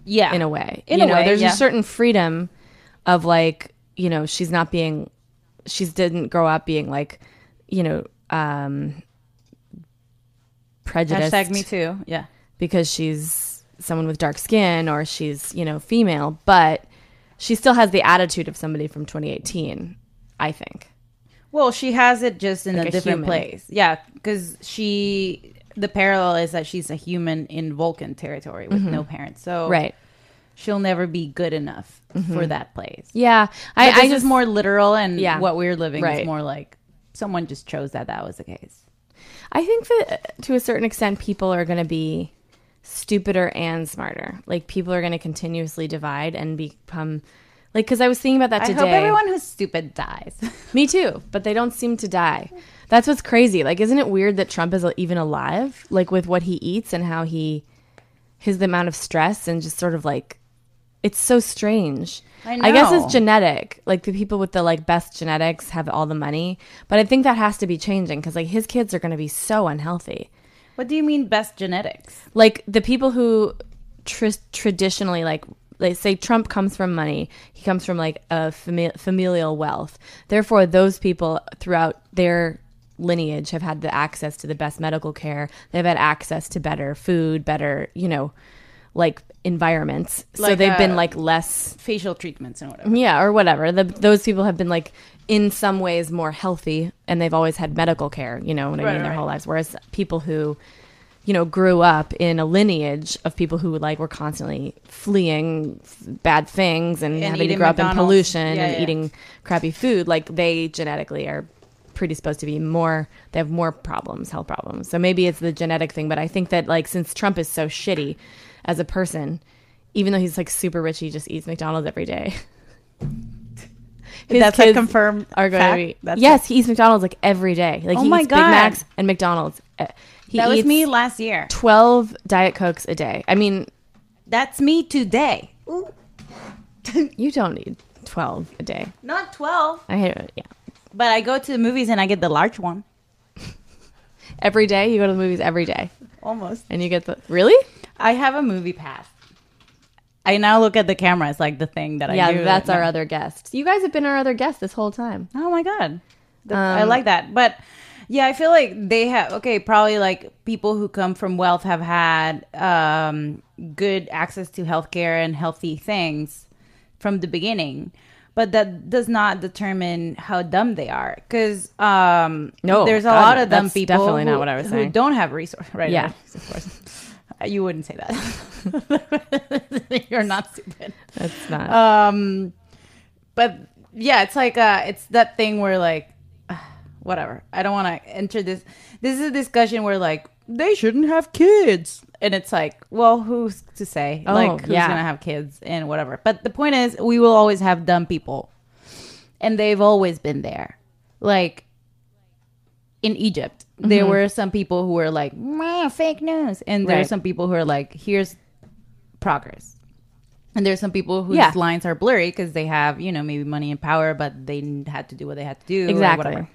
Speaker 1: Yeah.
Speaker 2: in a way.
Speaker 1: In
Speaker 2: you
Speaker 1: a
Speaker 2: know,
Speaker 1: way,
Speaker 2: there's
Speaker 1: yeah.
Speaker 2: a certain freedom of like you know she's not being she's didn't grow up being like you know um prejudiced.
Speaker 1: Hashtag me too. Yeah.
Speaker 2: because she's someone with dark skin or she's you know female, but she still has the attitude of somebody from 2018. I think.
Speaker 1: Well, she has it just in
Speaker 2: Like
Speaker 1: a
Speaker 2: a
Speaker 1: different
Speaker 2: human.
Speaker 1: place. Yeah, because she the parallel is that she's a human in Vulcan territory with
Speaker 2: Mhm.
Speaker 1: no parents, so
Speaker 2: Right.
Speaker 1: she'll never be good enough for
Speaker 2: Mhm.
Speaker 1: that place.
Speaker 2: Yeah,
Speaker 1: I,
Speaker 2: I-
Speaker 1: this
Speaker 2: I
Speaker 1: is
Speaker 2: just-
Speaker 1: more literal, and
Speaker 2: Yeah.
Speaker 1: what we're living is
Speaker 2: Right.
Speaker 1: more like someone just chose that that was the case.
Speaker 2: I think that uh, to a certain extent, people are going to be stupider and smarter. Like people are going to continuously divide and become like because I was thinking about that
Speaker 1: I
Speaker 2: today.
Speaker 1: hope everyone who's stupid dies.
Speaker 2: Me too, but they don't seem to die. That's what's crazy. Like, isn't it weird that Trump is al- even alive? Like with what he eats and how he his the amount of stress and just sort of like it's so strange.
Speaker 1: I
Speaker 2: guess
Speaker 1: know.
Speaker 2: it's genetic. Like the people with the like best genetics have all the money, but I think that has to be changing because like his kids are going to be so unhealthy
Speaker 1: what do you mean best genetics?
Speaker 2: like the people who tr- traditionally like like say Trump comes from money. He comes from like a fami- familial wealth. Therefore, those people throughout their lineage have had the access to the best medical care. They've had access to better food, better you know, like environments. so
Speaker 1: Like,
Speaker 2: they've
Speaker 1: uh,
Speaker 2: been like less
Speaker 1: Facial treatments and whatever.
Speaker 2: yeah, or whatever. The, those people have been like in some ways more healthy and they've always had medical care, you know what
Speaker 1: Right,
Speaker 2: I mean, their
Speaker 1: right.
Speaker 2: whole lives. Whereas people who, you know, grew up in a lineage of people who like were constantly fleeing f- bad things and,
Speaker 1: And
Speaker 2: having to
Speaker 1: eating
Speaker 2: grow up in
Speaker 1: McDonald's.
Speaker 2: pollution
Speaker 1: Yeah,
Speaker 2: and
Speaker 1: yeah.
Speaker 2: eating crappy food, like they genetically are predisposed to be more they have more problems health problems so maybe it's the genetic thing but i think that like since trump is so shitty as a person even though he's like super rich he just eats mcdonald's every day
Speaker 1: That's a
Speaker 2: kids
Speaker 1: confirmed
Speaker 2: are going
Speaker 1: fact?
Speaker 2: to be
Speaker 1: That's
Speaker 2: yes he eats mcdonald's like every day like
Speaker 1: Oh
Speaker 2: he
Speaker 1: my
Speaker 2: eats big
Speaker 1: God.
Speaker 2: macs and mcdonald's Uh, he
Speaker 1: that was
Speaker 2: eats
Speaker 1: me last year.
Speaker 2: 12 diet cokes a day i mean
Speaker 1: That's me today.
Speaker 2: you don't need 12 a day
Speaker 1: Not twelve,
Speaker 2: i hate it yeah
Speaker 1: but I go to the movies and I get the large one
Speaker 2: every day you go to the movies every day
Speaker 1: almost.
Speaker 2: and you get the really
Speaker 1: I have a movie pass. I now look at the camera as like the thing that I
Speaker 2: yeah
Speaker 1: do.
Speaker 2: that's our
Speaker 1: No.
Speaker 2: other guest you guys have been our other guest this whole time
Speaker 1: Oh my god, Th- I
Speaker 2: Um,
Speaker 1: like that. But yeah, I feel like they have okay. Probably like people who come from wealth have had um, good access to healthcare and healthy things from the beginning, but that does not determine how dumb they are. Because um,
Speaker 2: No,
Speaker 1: there's a
Speaker 2: God,
Speaker 1: lot
Speaker 2: no.
Speaker 1: of dumb
Speaker 2: That's
Speaker 1: people
Speaker 2: definitely not
Speaker 1: who-
Speaker 2: what I was
Speaker 1: who
Speaker 2: saying.
Speaker 1: don't have resources. Right?
Speaker 2: Yeah.
Speaker 1: right, of course. You wouldn't say that. You're not stupid.
Speaker 2: That's not.
Speaker 1: Um, but yeah, it's like uh, it's that thing where like, uh, whatever. I don't want to enter this. This is a discussion where like they shouldn't have kids, and it's like, well, who's to say?
Speaker 2: Oh,
Speaker 1: like, who's
Speaker 2: yeah.
Speaker 1: gonna have kids and whatever? But the point is, we will always have dumb people, and they've always been there. Like in Egypt, there
Speaker 2: Mhm.
Speaker 1: were some people who were like, "Meh, fake news, and there are
Speaker 2: Right.
Speaker 1: some people who are like, here's progress. And there's some people whose
Speaker 2: Yeah.
Speaker 1: lines are blurry because they have, you know, maybe money and power, but they n- had to do what they had to do. or
Speaker 2: Exactly.
Speaker 1: whatever.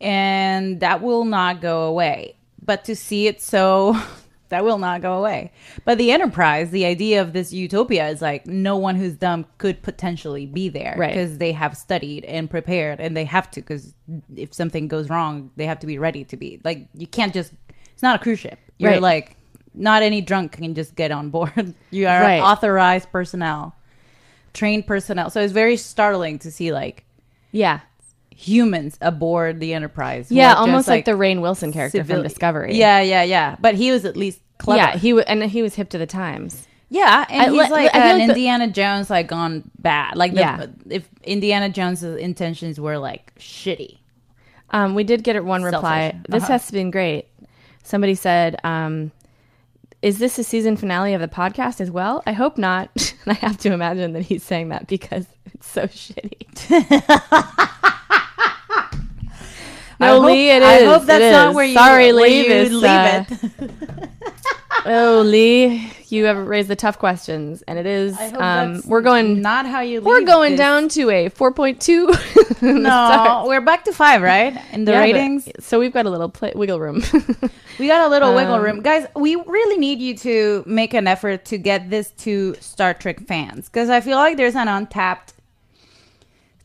Speaker 1: And that will not go away. But to see it so, that will not go away. But the enterprise, the idea of this utopia is like no one who's dumb could potentially be there
Speaker 2: Right.
Speaker 1: because they have studied and prepared and they have to because if something goes wrong, they have to be ready to be. Like you can't just, it's not a cruise ship. You're
Speaker 2: Right.
Speaker 1: like, not any drunk can just get on board. You are
Speaker 2: Right.
Speaker 1: authorized personnel, trained personnel. So it's very startling to see like,
Speaker 2: yeah,
Speaker 1: humans aboard the Enterprise. who
Speaker 2: Yeah,
Speaker 1: are just,
Speaker 2: almost like the Rainn Wilson character from
Speaker 1: civili-
Speaker 2: Discovery.
Speaker 1: Yeah, yeah, yeah. But he was at least clever.
Speaker 2: yeah he w- and he was hip to the times
Speaker 1: Yeah, Uh, and
Speaker 2: I
Speaker 1: he's
Speaker 2: li-
Speaker 1: like
Speaker 2: I feel
Speaker 1: an
Speaker 2: like the-
Speaker 1: Indiana Jones, like gone bad. Like, the,
Speaker 2: Yeah.
Speaker 1: if Indiana Jones's intentions were like shitty,
Speaker 2: Um, we did get one reply.
Speaker 1: Selfish.
Speaker 2: This
Speaker 1: Uh-huh.
Speaker 2: has been great. Somebody said, um, "Is this a season finale of the podcast as well?" I hope not. and I have to imagine that he's saying that because it's so shitty.
Speaker 1: I
Speaker 2: no,
Speaker 1: hope-
Speaker 2: Lee, it
Speaker 1: I
Speaker 2: is.
Speaker 1: hope that's
Speaker 2: It
Speaker 1: not
Speaker 2: is.
Speaker 1: where you-
Speaker 2: Sorry,
Speaker 1: where
Speaker 2: Lee.
Speaker 1: you
Speaker 2: this,
Speaker 1: leave
Speaker 2: uh, oh, Lee, you have raised the tough questions, and it is.
Speaker 1: I hope
Speaker 2: Um,
Speaker 1: that's
Speaker 2: we're going
Speaker 1: not how you.
Speaker 2: We're
Speaker 1: leave
Speaker 2: going
Speaker 1: this.
Speaker 2: down to a four point two.
Speaker 1: No, we're back to five, right? In the
Speaker 2: Yeah, but-
Speaker 1: ratings,
Speaker 2: so we've got a little play- wiggle room.
Speaker 1: we got a little wiggle
Speaker 2: Um,
Speaker 1: room, guys. We really need you to make an effort to get this to Star Trek fans because I feel like there's an untapped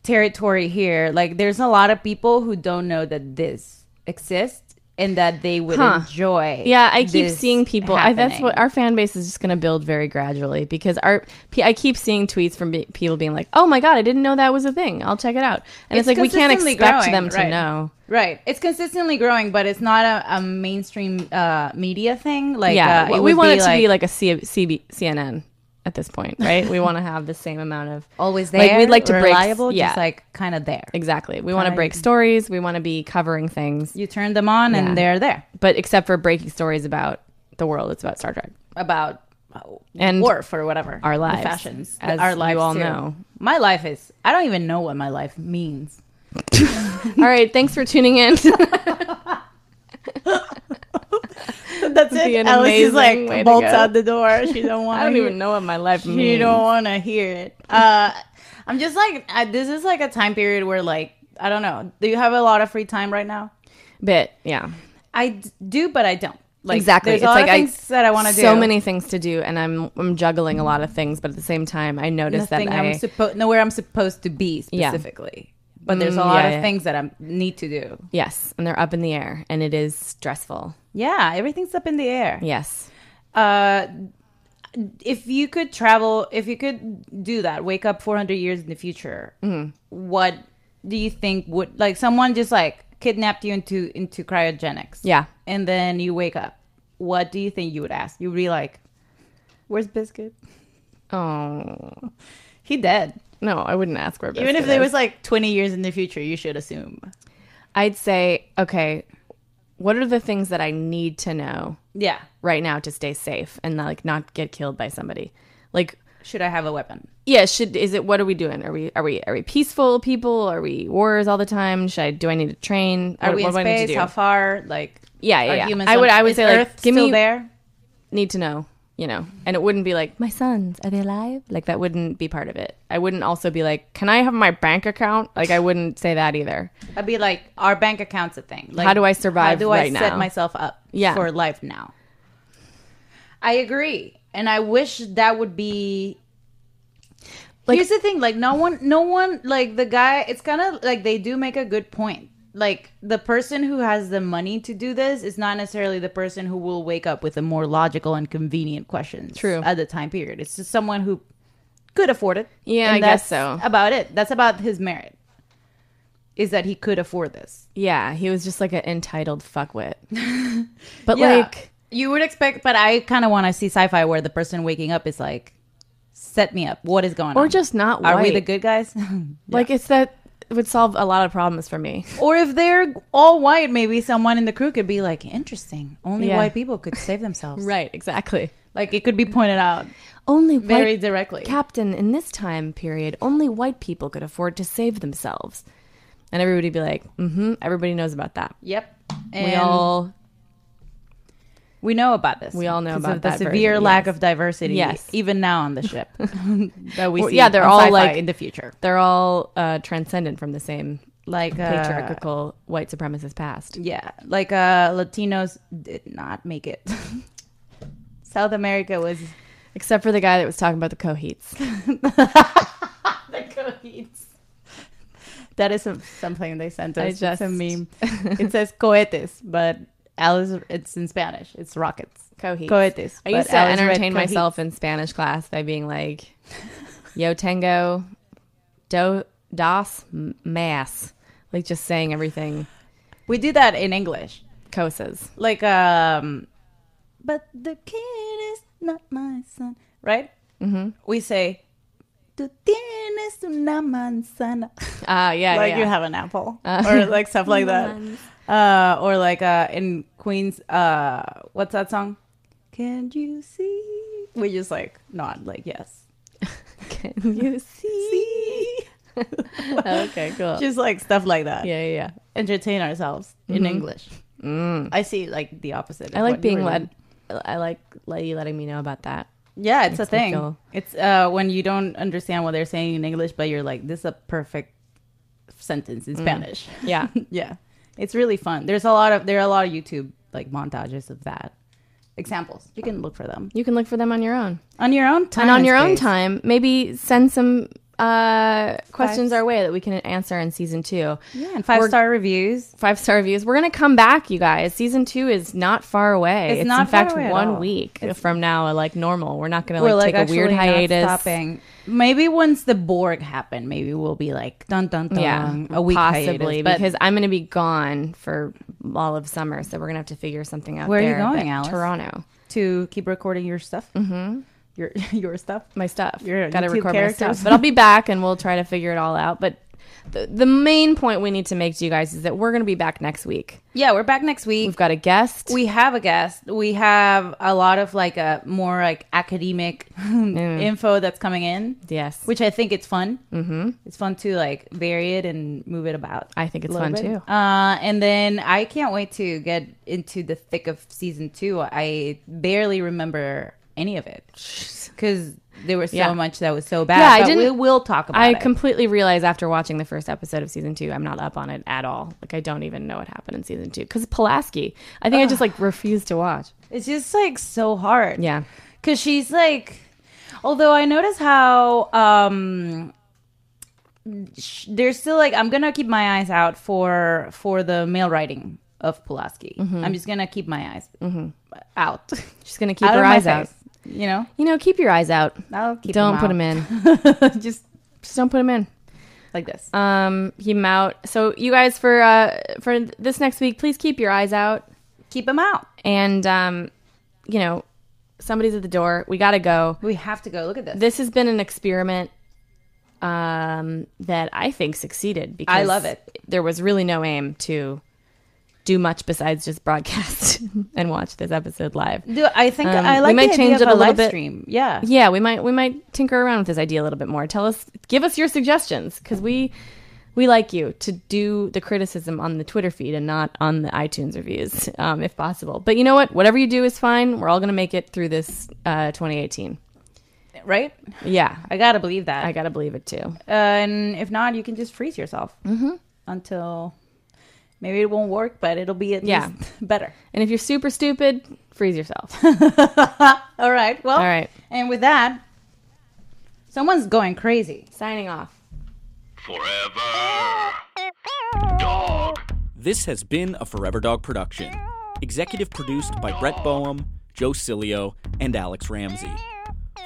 Speaker 1: territory here. Like, there's a lot of people who don't know that this exists and that they would
Speaker 2: Huh.
Speaker 1: enjoy.
Speaker 2: Yeah, I keep
Speaker 1: this
Speaker 2: seeing people. I, that's
Speaker 1: happening.
Speaker 2: what our fan base is just going to build very gradually because our p- I keep seeing tweets from be- people being like, "Oh my god, I didn't know that was a thing. I'll check it out." And it's, like we can't
Speaker 1: consistently
Speaker 2: expect
Speaker 1: growing,
Speaker 2: them to
Speaker 1: right.
Speaker 2: know.
Speaker 1: Right. It's consistently growing, but it's not a, a mainstream uh, media thing. Like, uh,
Speaker 2: yeah, w-
Speaker 1: it
Speaker 2: we
Speaker 1: would
Speaker 2: want it to
Speaker 1: like,
Speaker 2: be like a C- CB- CNN at this point, right? we want to have the same amount of
Speaker 1: always there.
Speaker 2: like, we'd like to break-
Speaker 1: reliable,
Speaker 2: yeah.
Speaker 1: just like kind of there.
Speaker 2: exactly. We want to
Speaker 1: Kinda-
Speaker 2: break stories. We want to be covering things.
Speaker 1: You turn them on, and they're there.
Speaker 2: But except for breaking stories about the world, it's about Star Trek.
Speaker 1: about uh,
Speaker 2: And
Speaker 1: Worf or whatever
Speaker 2: our
Speaker 1: the
Speaker 2: lives,
Speaker 1: fashions,
Speaker 2: as
Speaker 1: our
Speaker 2: you
Speaker 1: lives.
Speaker 2: all
Speaker 1: too.
Speaker 2: know.
Speaker 1: my life is. I don't even know what my life means.
Speaker 2: All right, thanks for tuning in.
Speaker 1: That's
Speaker 2: Be
Speaker 1: it.
Speaker 2: an
Speaker 1: Alice is
Speaker 2: amazing way
Speaker 1: like
Speaker 2: to
Speaker 1: bolts
Speaker 2: go.
Speaker 1: out the door. She don't want.
Speaker 2: I don't even know what my life
Speaker 1: She
Speaker 2: means.
Speaker 1: don't want to hear it. Uh, I'm just like I, this is like a time period where like I don't know. Do you have a lot of free time right now?
Speaker 2: Bit, yeah.
Speaker 1: I d- do, but I don't. Like,
Speaker 2: exactly.
Speaker 1: There's a lot of things that I want to do.
Speaker 2: So many things to do, and I'm I'm juggling a lot of things, but at the same time, I notice that
Speaker 1: Nothing
Speaker 2: I
Speaker 1: I'm supposed know where I'm supposed to be
Speaker 2: Yeah.
Speaker 1: specifically. But there's a
Speaker 2: Mm,
Speaker 1: lot
Speaker 2: yeah,
Speaker 1: of
Speaker 2: yeah.
Speaker 1: things that I need to do.
Speaker 2: yes, and they're up in the air, and it is stressful.
Speaker 1: Yeah, everything's up in the air.
Speaker 2: Yes,
Speaker 1: Uh, if you could travel, if you could do that, wake up 400 years in the future,
Speaker 2: Mhm.
Speaker 1: what do you think would like someone just like kidnapped you into into cryogenics?
Speaker 2: Yeah.
Speaker 1: and then you wake up. What do you think you would ask? You'd be like, "Where's Biscuit?
Speaker 2: Oh,
Speaker 1: he dead."
Speaker 2: No, I wouldn't ask where.
Speaker 1: Even if
Speaker 2: Biscuit
Speaker 1: there was
Speaker 2: is.
Speaker 1: like 20 years in the future, you should assume.
Speaker 2: I'd say, okay, what are the things that I need to know?
Speaker 1: Yeah.
Speaker 2: right now to stay safe and like not get killed by somebody. Like,
Speaker 1: should I have a weapon?
Speaker 2: Yeah, should is it? What are we doing? Are we are we are we peaceful people? Are we wars all the time? Should I do I need to train?
Speaker 1: Are
Speaker 2: Or
Speaker 1: we in
Speaker 2: what do I need to
Speaker 1: space?
Speaker 2: do?
Speaker 1: How far? Like,
Speaker 2: Yeah, yeah.
Speaker 1: are
Speaker 2: yeah.
Speaker 1: humans
Speaker 2: I would.
Speaker 1: on-
Speaker 2: I would
Speaker 1: is
Speaker 2: say like,
Speaker 1: Earth
Speaker 2: give
Speaker 1: still
Speaker 2: me
Speaker 1: there.
Speaker 2: Need to know, you know, and it wouldn't be like my sons are they alive? Like that wouldn't be part of it. I wouldn't also be like, can I have my bank account? Like I wouldn't say that either.
Speaker 1: I'd be like, our bank account's a thing. Like,
Speaker 2: How do I survive
Speaker 1: How do I
Speaker 2: right
Speaker 1: set
Speaker 2: now?
Speaker 1: myself up
Speaker 2: Yeah.
Speaker 1: for life now? I agree, and I wish that would be. Here's the thing: like, no one, no one, like the guy. It's kind of like they do make a good point. Like the person who has the money to do this is not necessarily the person who will wake up with the more logical and convenient questions. True. At the time period, it's just someone who could afford it.
Speaker 2: Yeah,
Speaker 1: And
Speaker 2: I guess
Speaker 1: that's
Speaker 2: so.
Speaker 1: About it. That's about his merit. Is that he could afford this?
Speaker 2: Yeah, he was just like an entitled fuckwit. but
Speaker 1: Yeah.
Speaker 2: like,
Speaker 1: you would expect, but I kind of want to see sci-fi where the person waking up is like, "Set me up. What is going on?"
Speaker 2: or just not.
Speaker 1: Are we
Speaker 2: white.
Speaker 1: the good guys?
Speaker 2: Like it's that it would solve a lot of problems for me.
Speaker 1: or if they're all white, maybe someone in the crew could be like, "Interesting. Only
Speaker 2: Yeah.
Speaker 1: white people could save themselves."
Speaker 2: Right, exactly.
Speaker 1: Like it could be pointed out.
Speaker 2: Only
Speaker 1: Very
Speaker 2: white
Speaker 1: directly.
Speaker 2: Captain, in this time period, only white people could afford to save themselves. And everybody'd be like, mm-hmm, everybody knows about that.
Speaker 1: Yep.
Speaker 2: we all
Speaker 1: we know about this.
Speaker 2: We all know
Speaker 1: 'Cause
Speaker 2: about
Speaker 1: of the
Speaker 2: that
Speaker 1: severe
Speaker 2: version,
Speaker 1: lack
Speaker 2: yes.
Speaker 1: of diversity.
Speaker 2: Yes.
Speaker 1: Even now on the ship that we
Speaker 2: Well,
Speaker 1: see.
Speaker 2: yeah, they're
Speaker 1: on
Speaker 2: all
Speaker 1: sci-fi
Speaker 2: like
Speaker 1: in the future.
Speaker 2: They're all uh, transcendent from the same
Speaker 1: Like, uh,
Speaker 2: patriarchal white supremacist past.
Speaker 1: Yeah, like uh, Latinos did not make it. South America was
Speaker 2: Except for the guy that was talking about the Cohetes.
Speaker 1: the cohetes. That is some, something they sent us.
Speaker 2: I
Speaker 1: It's a
Speaker 2: just-
Speaker 1: meme. it says cohetes, but Alice, it's in Spanish. It's rockets.
Speaker 2: Cohetes.
Speaker 1: Cohetes.
Speaker 2: I
Speaker 1: but
Speaker 2: used to
Speaker 1: Alice read
Speaker 2: entertain
Speaker 1: cohetes.
Speaker 2: myself in Spanish class by being like, "Yo tengo do dos m- mas," like just saying everything.
Speaker 1: We do that in English.
Speaker 2: Cosas.
Speaker 1: Like, um, but the kid is not my son, right?
Speaker 2: Mhm.
Speaker 1: We say, tú tienes una manzana.
Speaker 2: Ah, yeah,
Speaker 1: like
Speaker 2: yeah.
Speaker 1: you have an apple
Speaker 2: Uh,
Speaker 1: or like stuff like that
Speaker 2: Manz-
Speaker 1: uh or like uh in queens uh what's that song can you see we just like nod like yes
Speaker 2: can you see, okay, cool.
Speaker 1: just like stuff like that
Speaker 2: Yeah, yeah, yeah.
Speaker 1: entertain ourselves in
Speaker 2: Mhm.
Speaker 1: english
Speaker 2: Mm.
Speaker 1: i see like the opposite
Speaker 2: I
Speaker 1: of
Speaker 2: like
Speaker 1: what you
Speaker 2: being
Speaker 1: were
Speaker 2: led.
Speaker 1: doing.
Speaker 2: I like let you letting me know about that.
Speaker 1: Yeah, it's a
Speaker 2: Makes me
Speaker 1: thing.
Speaker 2: feel-
Speaker 1: It's uh, when you don't understand what they're saying in English, but you're like, this is a perfect sentence in
Speaker 2: Mm.
Speaker 1: Spanish.
Speaker 2: Yeah.
Speaker 1: yeah. It's really fun. There's a lot of there are a lot of YouTube like montages of that. Examples. You can look for them.
Speaker 2: You can look for them on your own.
Speaker 1: On your own time
Speaker 2: And on
Speaker 1: and
Speaker 2: your own
Speaker 1: space.
Speaker 2: time, maybe send some uh,
Speaker 1: Fives.
Speaker 2: questions our way that we can answer in season two.
Speaker 1: Yeah, and five star reviews.
Speaker 2: Five star reviews. We're gonna come back, you guys. Season two is not far away.
Speaker 1: It's not
Speaker 2: in
Speaker 1: far
Speaker 2: fact
Speaker 1: away at
Speaker 2: one
Speaker 1: all.
Speaker 2: week from now, like normal. We're not gonna
Speaker 1: We're,
Speaker 2: like, take a weird
Speaker 1: actually not
Speaker 2: hiatus.
Speaker 1: stopping. Maybe once the Borg happen, maybe we'll be like dun dun dun a week
Speaker 2: possibly
Speaker 1: hiatus, but
Speaker 2: because I'm going to be gone for all of summer, so we're going to have to figure something out.
Speaker 1: Where are you
Speaker 2: there,
Speaker 1: going,
Speaker 2: but
Speaker 1: Alice?
Speaker 2: Toronto.
Speaker 1: to keep recording your stuff. Mm-hmm. Your your stuff.
Speaker 2: My stuff.
Speaker 1: Your
Speaker 2: Got to
Speaker 1: YouTube
Speaker 2: record my
Speaker 1: characters.
Speaker 2: stuff, but I'll be back and we'll try to figure it all out. But the the main point we need to make to you guys is that we're going to be back next week.
Speaker 1: Yeah, we're back next week. We've
Speaker 2: got a guest.
Speaker 1: We have a guest. We have a lot of like a more like academic info that's coming in.
Speaker 2: Mm. Yes.
Speaker 1: Which I think it's fun.
Speaker 2: Mm-hmm.
Speaker 1: It's fun to like vary it and move it about.
Speaker 2: I think it's
Speaker 1: a little
Speaker 2: fun,
Speaker 1: bit.
Speaker 2: too.
Speaker 1: Uh, and then I can't wait to get into the thick of season two. I barely remember any of it because there was so
Speaker 2: Yeah.
Speaker 1: much that was so bad.
Speaker 2: Yeah, I
Speaker 1: But
Speaker 2: didn't.
Speaker 1: We will talk about
Speaker 2: I
Speaker 1: it.
Speaker 2: completely realized after watching the first episode of season two, I'm not up on it at all. Like I don't even know what happened in season two because Pulaski. I think I just like refused to watch.
Speaker 1: It's just like so hard.
Speaker 2: Yeah.
Speaker 1: Cause she's like, although I notice how um, sh- they're still like, I'm gonna keep my eyes out for for the mail writing of Pulaski.
Speaker 2: Mhm.
Speaker 1: I'm just gonna keep my eyes
Speaker 2: Mhm.
Speaker 1: out.
Speaker 2: She's gonna keep
Speaker 1: Out
Speaker 2: her
Speaker 1: of my
Speaker 2: eyes out.
Speaker 1: face, You know.
Speaker 2: You know, keep your eyes out.
Speaker 1: I'll keep
Speaker 2: don't
Speaker 1: 'em
Speaker 2: put
Speaker 1: out.
Speaker 2: them in.
Speaker 1: just
Speaker 2: just don't put them in.
Speaker 1: Like this.
Speaker 2: Um, keep 'em out. So you guys for uh for this next week, please keep your eyes out.
Speaker 1: Keep them out.
Speaker 2: And um, you know, somebody's at the door. We gotta go.
Speaker 1: We have to go. Look at this.
Speaker 2: This has been an experiment um that I think succeeded because
Speaker 1: I love it.
Speaker 2: There was really no aim to do much besides just broadcast and watch this episode live.
Speaker 1: Do- I think
Speaker 2: Um,
Speaker 1: I like
Speaker 2: we might
Speaker 1: the idea
Speaker 2: change
Speaker 1: of
Speaker 2: it
Speaker 1: a,
Speaker 2: a little
Speaker 1: live
Speaker 2: bit.
Speaker 1: stream. Yeah.
Speaker 2: Yeah, we might we might tinker around with this idea a little bit more. Tell us, give us your suggestions because we we like you to do the criticism on the Twitter feed and not on the iTunes reviews, um, if possible. But you know what? Whatever you do is fine. We're all gonna make it through this uh, 2018.
Speaker 1: Right.
Speaker 2: Yeah,
Speaker 1: I gotta believe that.
Speaker 2: I gotta believe it too.
Speaker 1: Uh, and if not, you can just freeze yourself
Speaker 2: Mm-hmm.
Speaker 1: until maybe it won't work, but it'll be at
Speaker 2: Yeah.
Speaker 1: least better.
Speaker 2: And if you're super stupid, freeze yourself.
Speaker 1: All right. Well.
Speaker 2: All right.
Speaker 1: And with that, someone's going crazy.
Speaker 2: Signing off.
Speaker 29: This has been a Forever Dog production, executive produced by Brett Boehm, Joe Cilio, and Alex Ramsey.